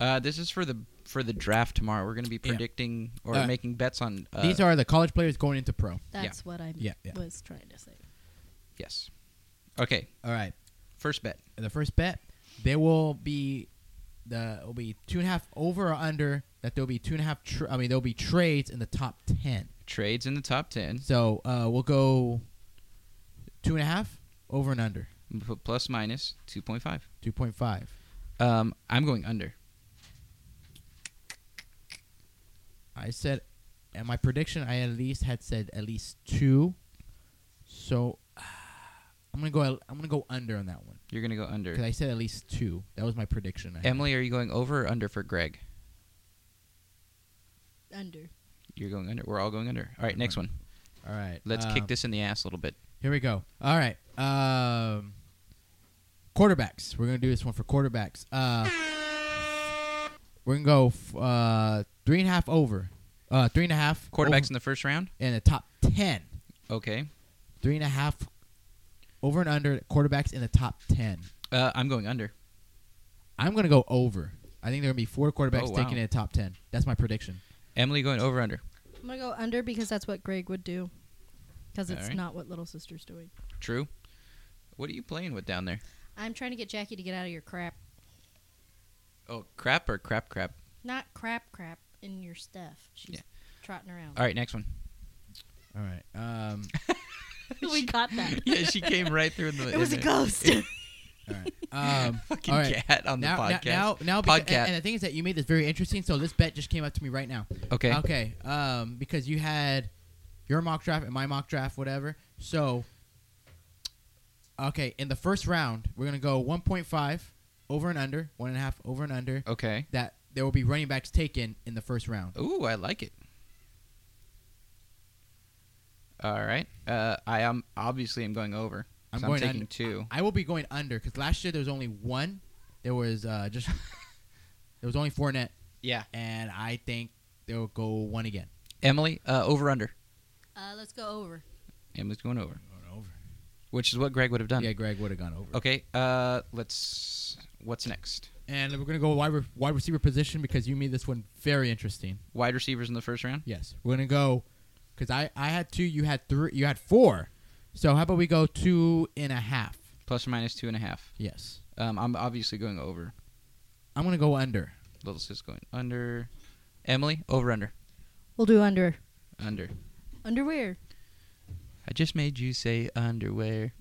Speaker 4: Uh, this is for the for the draft tomorrow. We're going to be
Speaker 2: Yeah.
Speaker 4: predicting or
Speaker 2: Uh,
Speaker 4: making bets on. Uh,
Speaker 2: These are the college players going into pro.
Speaker 5: That's what I
Speaker 2: Yeah, yeah.
Speaker 5: was trying to say.
Speaker 4: yes. Okay,
Speaker 2: All right.
Speaker 4: first bet.
Speaker 2: The first bet, there will be the will be two and a half over or under that there'll be two and a half. Tra- I mean, there'll be trades in the top ten.
Speaker 4: Trades in the top 10,
Speaker 2: So uh, we'll go two and a half over and under
Speaker 4: p- plus minus 2.5.
Speaker 2: two point five.
Speaker 4: Um, I'm going under.
Speaker 2: I said, and my prediction, I at least had said at least two. So I'm gonna go. I'm gonna go under on that one
Speaker 4: You're going to go
Speaker 2: because
Speaker 4: under.
Speaker 2: I said at least two. That was my prediction. I had.
Speaker 4: Emily, are you going over or under for Greg?
Speaker 5: Under.
Speaker 4: You're going under. We're all going under. All right, next one.
Speaker 2: All right,
Speaker 4: Let's
Speaker 2: um,
Speaker 4: kick this in the ass a little bit.
Speaker 2: Here we go. All right. Um, quarterbacks. We're gonna do this one for quarterbacks. Uh, we're gonna go f- uh, three and a half over. Uh, three and a half
Speaker 4: Quarterbacks
Speaker 2: over
Speaker 4: in the first round?
Speaker 2: in the top ten.
Speaker 4: Okay.
Speaker 2: Three and a half over and under quarterbacks in the top ten.
Speaker 4: Uh, I'm going under.
Speaker 2: I'm gonna go over. I think there are gonna be four quarterbacks
Speaker 4: Oh, wow.
Speaker 2: taking it in the top ten. That's my prediction.
Speaker 4: Emily going over under.
Speaker 5: I'm gonna go under because that's what Greg would do. Because it's
Speaker 4: Alright.
Speaker 5: not what little sister's doing.
Speaker 4: True. What are you playing with down there?
Speaker 8: I'm trying to get Jackie to get out of your crap.
Speaker 4: Oh, crap or crap crap.
Speaker 8: Not crap, crap in your stuff. She's
Speaker 4: Yeah.
Speaker 8: trotting around.
Speaker 4: All right, next one.
Speaker 2: All right. Um,
Speaker 8: we got that.
Speaker 4: yeah, she came right through the.
Speaker 8: It was a
Speaker 4: in the-
Speaker 8: ghost.
Speaker 2: all right. Um,
Speaker 4: Fucking
Speaker 2: all right.
Speaker 4: cat on the
Speaker 2: now, now,
Speaker 4: podcast.
Speaker 2: now, now beca- and,
Speaker 4: Podcast.
Speaker 2: and the thing is that you made this very interesting. So this bet just came up to me right now.
Speaker 4: okay.
Speaker 2: Okay. Um, because you had your mock draft and my mock draft, whatever. So, okay, in the first round, we're gonna go 1.5 over and under, one and a half over and under.
Speaker 4: Okay.
Speaker 2: That there will be running backs taken in the first round.
Speaker 4: Ooh, I like it. All right. Uh, I am obviously I'm going over.
Speaker 2: I'm
Speaker 4: so
Speaker 2: going
Speaker 4: taking
Speaker 2: under.
Speaker 4: two.
Speaker 2: I will be going under because last year there was only one. There was uh, just there was only four net,
Speaker 4: Yeah.
Speaker 2: and I think they'll go one again.
Speaker 4: Emily, uh, over under.
Speaker 8: Uh, let's go over.
Speaker 4: Emily's going over,
Speaker 2: Over.
Speaker 4: which is what Greg would have done.
Speaker 2: Yeah, Greg would have gone over.
Speaker 4: Okay. Uh, let's. What's next?
Speaker 2: And we're gonna go wide, re- wide receiver position because you made this one very interesting.
Speaker 4: Wide receivers in the first round.
Speaker 2: Yes, we're gonna go because I I had two, you had three, you had four. So how about we go two and a half?
Speaker 4: Plus or minus two and a half.
Speaker 2: Yes,
Speaker 4: Um, I'm obviously going over.
Speaker 2: I'm gonna go under.
Speaker 4: Little sis going under. Emily, over under.
Speaker 5: We'll do under.
Speaker 4: Under.
Speaker 5: Underwear.
Speaker 4: I just made you say underwear.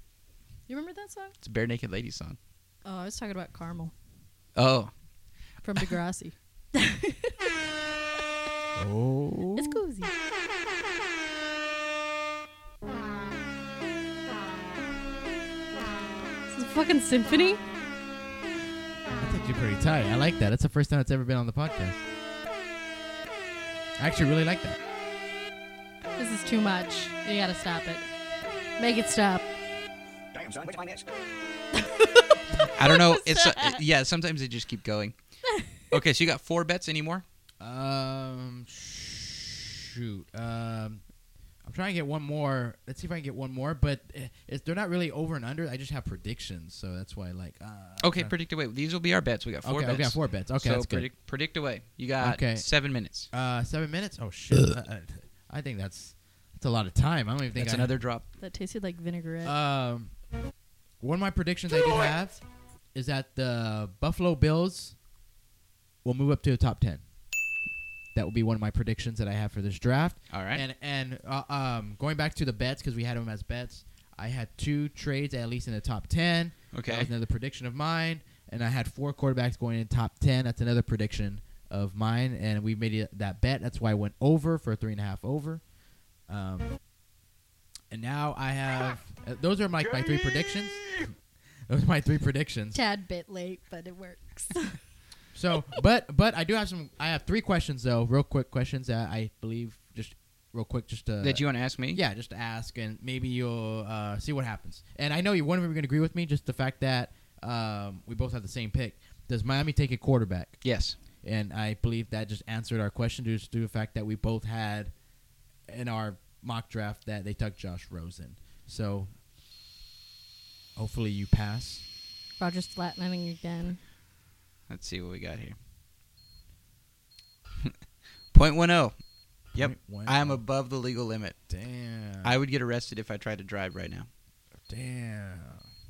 Speaker 5: You remember that song?
Speaker 4: It's a bare naked lady song.
Speaker 5: Oh, I was talking about caramel
Speaker 4: Oh,
Speaker 5: from Degrassi.
Speaker 2: Oh,
Speaker 5: it's cozy. This is a fucking symphony.
Speaker 2: that's actually pretty tight. I like that. That's the first time it's ever been on the podcast. I actually really like that.
Speaker 5: This is too much. You gotta stop it. Make it stop.
Speaker 6: Damn, son, where'd you find this?
Speaker 4: I don't know. It's uh, yeah. Sometimes they just keep going. Okay, so you got four bets anymore?
Speaker 2: Um, shoot. Um, I'm trying to get one more. Let's see if I can get one more. But eh, it's, they're not really over and under. I just have predictions, so that's why. Like, uh,
Speaker 4: Okay,
Speaker 2: okay,
Speaker 4: predict away. These will be our bets. We got four
Speaker 2: okay,
Speaker 4: bets.
Speaker 2: okay, four bets. Okay,
Speaker 4: so
Speaker 2: that's good.
Speaker 4: Predict, predict away. You got
Speaker 2: Okay.
Speaker 4: seven minutes.
Speaker 2: Uh, seven minutes. Oh shit! I, I, I think that's that's a lot of time. I don't even think
Speaker 4: That's
Speaker 2: I
Speaker 4: another drop.
Speaker 5: That tasted like vinaigrette.
Speaker 2: Um, one of my predictions I do have is that the Buffalo Bills will move up to the top ten. That will be one of my predictions that I have for this draft.
Speaker 4: All right.
Speaker 2: And and uh, um, going back to the bets because we had them as bets. I had two trades at least in the top ten. That
Speaker 4: Okay.
Speaker 2: was another prediction of mine. And I had four quarterbacks going in top ten. That's another prediction of mine. And we made it, that bet. That's why I went over for a three and a half over. Um, and now I have. uh, those are like my three predictions. Those are my three predictions.
Speaker 5: Tad bit late, but it works.
Speaker 2: So, but but I do have some. I have three questions though, real quick questions that I believe just real quick just to
Speaker 4: that you want to ask me?
Speaker 2: uh, yeah, just to ask, and maybe you'll uh, see what happens. And I know you one of you are going to agree with me, just the fact that um, we both have the same pick. Does Miami take a quarterback?
Speaker 4: Yes.
Speaker 2: And I believe that just answered our question due to the fact that we both had in our mock draft that they took Josh Rosen. So hopefully you pass.
Speaker 5: Roger's flatlining again.
Speaker 4: Let's see what we got here. Point one oh. Yep.
Speaker 2: Point one
Speaker 4: I am
Speaker 2: oh.
Speaker 4: above the legal limit.
Speaker 2: Damn.
Speaker 4: I would get arrested if I tried to drive right now.
Speaker 2: Damn.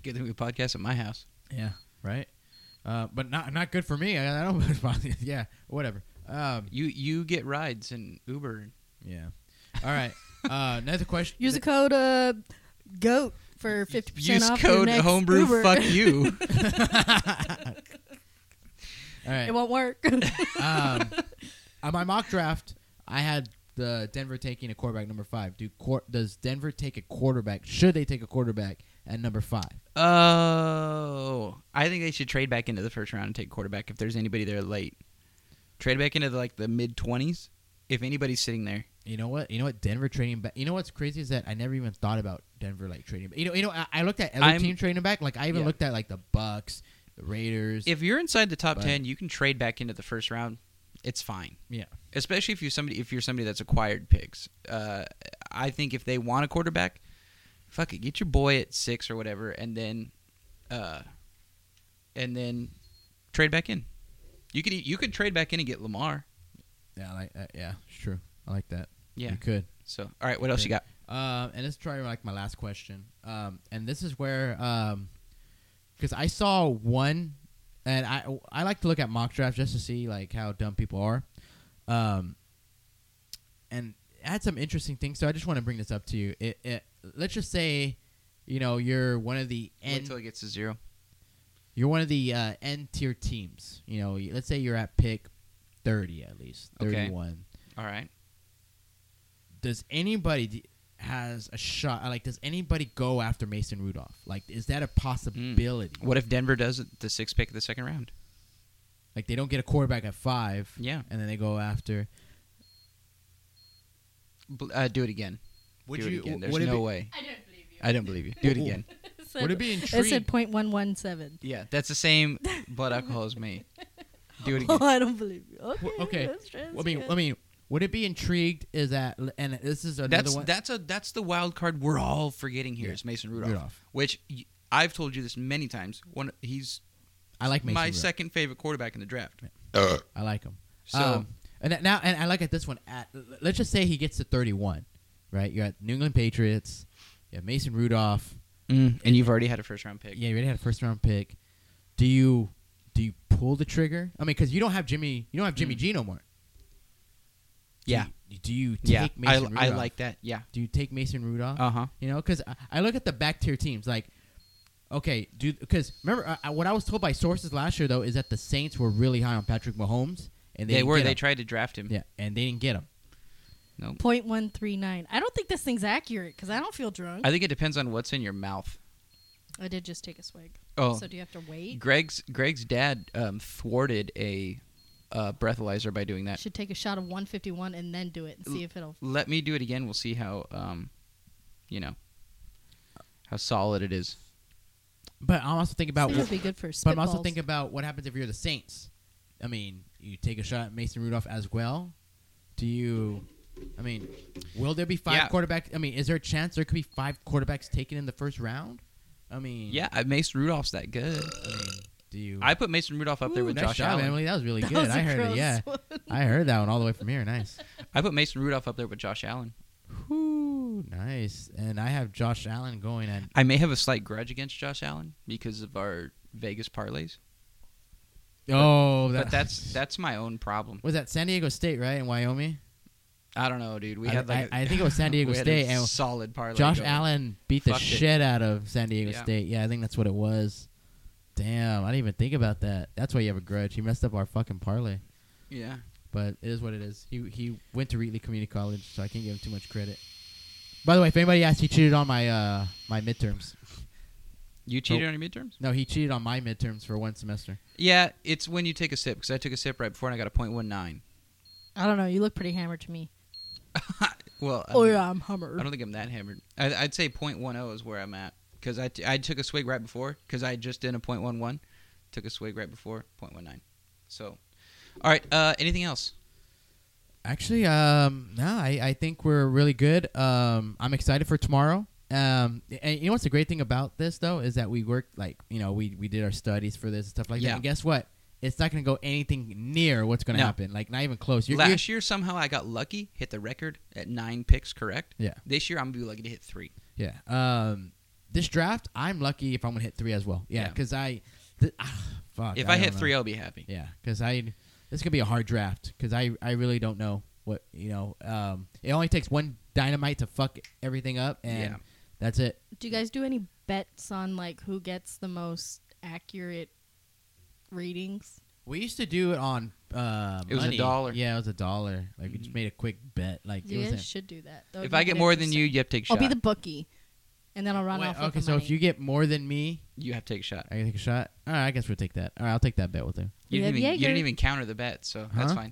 Speaker 4: Get them a podcast at my house.
Speaker 2: Yeah. Right. Uh, but not not good for me. I, I don't. yeah, whatever. Um,
Speaker 4: You you get rides in Uber.
Speaker 2: yeah. All right. Uh, another question.
Speaker 5: Use the code uh, GOAT for 50%
Speaker 4: Use
Speaker 5: off your
Speaker 4: code
Speaker 5: next
Speaker 4: homebrew
Speaker 5: Uber.
Speaker 4: fuck you.
Speaker 2: All right.
Speaker 5: It won't work.
Speaker 2: um, on my mock draft, I had the Denver taking a quarterback number five. Do quar- does Denver take a quarterback? Should they take a quarterback at number five?
Speaker 4: oh, I think they should trade back into the first round and take quarterback if there's anybody there late. Trade back into the, like the mid twenties if anybody's sitting there.
Speaker 2: You know what? You know what? Denver trading back. You know what's crazy is that I never even thought about Denver like trading. back. You know, you know. I, I looked at other
Speaker 4: I'm-
Speaker 2: team trading back. Like I even
Speaker 4: Yeah.
Speaker 2: looked at like the Bucks, the Raiders.
Speaker 4: If you're inside the top
Speaker 2: But-
Speaker 4: ten, you can trade back into the first round. It's fine.
Speaker 2: yeah,
Speaker 4: especially if you somebody if you're somebody that's acquired picks. Uh, I think if they want a quarterback, fuck it, get your boy at six or whatever, and then, uh, and then trade back in. You could e- you could trade back in and get Lamar.
Speaker 2: yeah, I like that. Yeah, it's true. I like that.
Speaker 4: Yeah.
Speaker 2: you could.
Speaker 4: So all right, what else you got?
Speaker 2: Um, and this is probably like my last question. Um, and this is where, um, because I saw one, and I I like to look at mock drafts just to see like how dumb people are, um, and it had some interesting things. So I just want to bring this up to you. It, it let's just say, you know, you're one of the
Speaker 4: Wait
Speaker 2: end,
Speaker 4: till it gets to zero.
Speaker 2: you're one of the uh, end tier teams. You know, you- let's say you're at pick thirty at least
Speaker 4: Okay.
Speaker 2: thirty one
Speaker 4: All right.
Speaker 2: does anybody d- has a shot like does anybody go after Mason Rudolph? Like is that a possibility?
Speaker 4: What if Denver does it the sixth pick of the second round?
Speaker 2: Like they don't get a quarterback at 5
Speaker 4: Yeah.
Speaker 2: and then they go after
Speaker 4: Bl- Uh, do it again.
Speaker 2: Would
Speaker 4: do
Speaker 2: you-
Speaker 4: it again.
Speaker 2: would
Speaker 4: There's
Speaker 2: it
Speaker 4: no
Speaker 2: be-
Speaker 4: way.
Speaker 8: I don't believe you.
Speaker 4: I don't believe you. Do it again.
Speaker 2: Would it be
Speaker 5: It said
Speaker 2: intrigued?
Speaker 5: 0.117.
Speaker 4: Yeah, that's the same blood alcohol as me. Do it
Speaker 5: Oh,
Speaker 4: again.
Speaker 5: I don't believe you. Okay.
Speaker 2: Wh- okay.
Speaker 5: Let's try this
Speaker 2: I mean,
Speaker 5: again.
Speaker 2: I mean, would it be intrigued is that and this is another
Speaker 4: That's
Speaker 2: one
Speaker 4: that's a that's the wild card we're all forgetting here is
Speaker 2: Yeah.
Speaker 4: Mason Rudolph,
Speaker 2: Rudolph.
Speaker 4: which y- I've told you this many times. One, he's
Speaker 2: I like Mason
Speaker 4: my
Speaker 2: Rudolph.
Speaker 4: second favorite quarterback in the draft.
Speaker 2: I like him.
Speaker 4: So-
Speaker 2: um, and that- now and I look at this one at l- let's just say he gets to 31, right? You're at New England Patriots. You have Mason Rudolph.
Speaker 4: Mm, and you've already had a first round pick.
Speaker 2: Yeah, you already had a first round pick. Do you do you pull the trigger? I mean, because you don't have Jimmy, you don't have Jimmy
Speaker 4: Hmm.
Speaker 2: G no more. Do
Speaker 4: Yeah.
Speaker 2: you- do you take
Speaker 4: yeah. I,
Speaker 2: Mason Rudolph?
Speaker 4: I like that. Yeah.
Speaker 2: Do you take Mason Rudolph?
Speaker 4: Uh huh.
Speaker 2: You know, because I, I look at the back tier teams like. Okay, dude. Because remember, I, I- what I was told by sources last year though is that the Saints were really high on Patrick Mahomes, and they,
Speaker 4: They,
Speaker 2: didn't
Speaker 4: were.
Speaker 2: get
Speaker 4: They
Speaker 2: him.
Speaker 4: tried to draft him.
Speaker 2: Yeah, and they didn't get him.
Speaker 5: 0.139. I don't think this thing's accurate because I don't feel drunk.
Speaker 4: I think it depends on what's in your mouth.
Speaker 5: I did just take a swig.
Speaker 4: Oh.
Speaker 5: So do you have to wait?
Speaker 4: Greg's Greg's dad um, thwarted a uh, breathalyzer by doing that.
Speaker 5: Should take a shot of 151 and then do it and see if it'll.
Speaker 4: Let me do it again. We'll see how um, you know, how solid it is.
Speaker 2: But I'm also thinking about
Speaker 5: It would be good for
Speaker 2: But I'm also
Speaker 5: spitballs.
Speaker 2: thinking about what happens if you're the Saints. I mean, you take a shot at Mason Rudolph as well. Do you? I mean, will there be five
Speaker 4: Yeah.
Speaker 2: quarterbacks? I mean, is there a chance there could be five quarterbacks taken in the first round? I mean,
Speaker 4: Yeah, Mason Rudolph's that good.
Speaker 2: I mean, do you?
Speaker 4: I put Mason Rudolph up there
Speaker 2: Ooh,
Speaker 4: with
Speaker 2: nice
Speaker 4: Josh
Speaker 2: job,
Speaker 4: Allen.
Speaker 2: Emily. That was really
Speaker 5: That
Speaker 2: good.
Speaker 5: was a
Speaker 2: I heard it.
Speaker 5: gross
Speaker 2: Yeah,
Speaker 5: one.
Speaker 2: I heard that one all the way from here. Nice.
Speaker 4: I put Mason Rudolph up there with Josh Allen.
Speaker 2: Whoo, nice. And I have Josh Allen going at.
Speaker 4: I may have a slight grudge against Josh Allen because of our Vegas parlays,
Speaker 2: Oh, that,
Speaker 4: but that's that's my own problem.
Speaker 2: was that San Diego State, right, in Wyoming.
Speaker 4: I don't know, dude. We
Speaker 2: I-
Speaker 4: had like
Speaker 2: I- I think it was San Diego
Speaker 4: we had
Speaker 2: State
Speaker 4: a
Speaker 2: and
Speaker 4: solid parlay.
Speaker 2: Josh
Speaker 4: going.
Speaker 2: Allen beat the
Speaker 4: Fucked it.
Speaker 2: shit out of San Diego
Speaker 4: Yeah.
Speaker 2: State. Yeah, I think that's what it was. Damn, I didn't even think about that. That's why you have a grudge. He messed up our fucking parlay.
Speaker 4: Yeah,
Speaker 2: But it is what it is. He he went to Wheatley Community College, so I can't give him too much credit. By the way, if anybody asks, he cheated on my uh my midterms.
Speaker 4: you cheated
Speaker 2: Oh.
Speaker 4: on your midterms.
Speaker 2: No, he cheated on my midterms for one semester.
Speaker 4: Yeah, it's when you take a sip because I took a sip right before and I got a point one nine.
Speaker 5: I don't know. You look pretty hammered to me.
Speaker 4: Well, I
Speaker 5: oh,
Speaker 4: don't-
Speaker 5: yeah, I'm
Speaker 4: I
Speaker 5: hammered.
Speaker 4: don't think I'm that hammered. I, I'd say 0.10 is where I'm at because I, t- I took a swig right before because I just did a 0.11, took a swig right before 0.19. So, all right. Uh, anything else?
Speaker 2: Actually, um, no, I, I think we're really good. Um, I'm excited for tomorrow. Um, and you know what's the great thing about this though is that we worked like you know we we did our studies for this and stuff like that.
Speaker 4: Yeah.
Speaker 2: And guess what? It's not going to go anything near what's going to
Speaker 4: No.
Speaker 2: happen. Like not even close. You're,
Speaker 4: Last year somehow I got lucky, hit the record at nine picks correct.
Speaker 2: Yeah.
Speaker 4: This year I'm gonna be lucky to hit three.
Speaker 2: you're- yeah. Um, this draft, I'm lucky if I'm going to hit three as well. Yeah,
Speaker 4: Yeah.
Speaker 2: because I Th- ah, fuck.
Speaker 4: If I, hit
Speaker 2: don't know.
Speaker 4: three, I'll be happy.
Speaker 2: Yeah, because I this could be a hard draft because I I really don't know what you know. Um, it only takes one dynamite to fuck everything up, and
Speaker 4: Yeah.
Speaker 2: that's it.
Speaker 5: Do you guys do any bets on like who gets the most accurate readings?
Speaker 2: We used to do it on. Uh,
Speaker 4: It was a
Speaker 2: money. Mm-hmm.
Speaker 4: dollar.
Speaker 2: Yeah, it was a dollar. Like we just made a quick bet. Like
Speaker 5: You
Speaker 2: it
Speaker 5: guys
Speaker 2: was.
Speaker 5: should do that. That would
Speaker 4: If
Speaker 5: be
Speaker 4: I get
Speaker 5: good
Speaker 4: more than
Speaker 5: episode.
Speaker 4: you, you have to take a
Speaker 5: I'll
Speaker 4: shot.
Speaker 5: be the bookie, and then I'll run off.
Speaker 2: okay,
Speaker 5: with the
Speaker 2: so if
Speaker 5: money.
Speaker 2: you get more than me,
Speaker 4: you have to take a shot.
Speaker 2: I can take a shot. All right, I guess we'll take that. All right, I'll take that bet with her.
Speaker 4: You
Speaker 5: We
Speaker 4: didn't,
Speaker 5: have
Speaker 4: even, you didn't
Speaker 5: Jaeger.
Speaker 4: even counter the bet, so
Speaker 2: Huh?
Speaker 4: that's fine.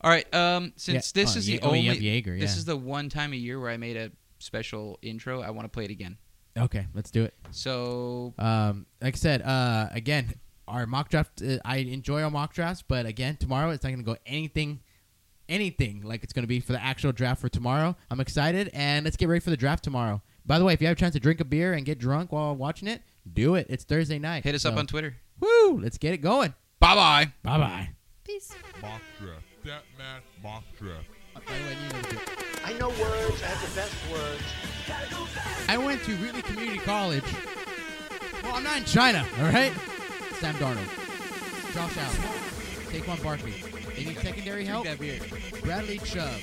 Speaker 4: All right. Um, since
Speaker 2: Yeah,
Speaker 4: this
Speaker 2: oh,
Speaker 4: is
Speaker 2: yeah,
Speaker 4: the
Speaker 2: oh,
Speaker 4: only
Speaker 2: you have Jaeger,
Speaker 4: this
Speaker 2: yeah.
Speaker 4: is the one time a year where I made a special intro, I want to play it again.
Speaker 2: Okay, let's do it.
Speaker 4: So
Speaker 2: Um, like I said, uh, again, our mock draft. Uh, I enjoy our mock drafts, but again, tomorrow it's not going to go anything, anything like it's going to be for the actual draft for tomorrow. I'm excited, and let's get ready for the draft tomorrow. By the way, if you have a chance to drink a beer and get drunk while watching it, do it. It's Thursday night.
Speaker 4: hit us up
Speaker 2: so-
Speaker 4: on Twitter.
Speaker 2: Woo! Let's get it going.
Speaker 4: Bye bye.
Speaker 2: Bye bye.
Speaker 5: peace.
Speaker 1: Mock draft. That match mock draft.
Speaker 3: I know words. I have the best words.
Speaker 2: I went to Wheatley Community College. Well, I'm not in China, all right? Sam Darnold. Josh Allen. Saquon Barkley. They need secondary help.
Speaker 4: that beer.
Speaker 2: Bradley Chubb.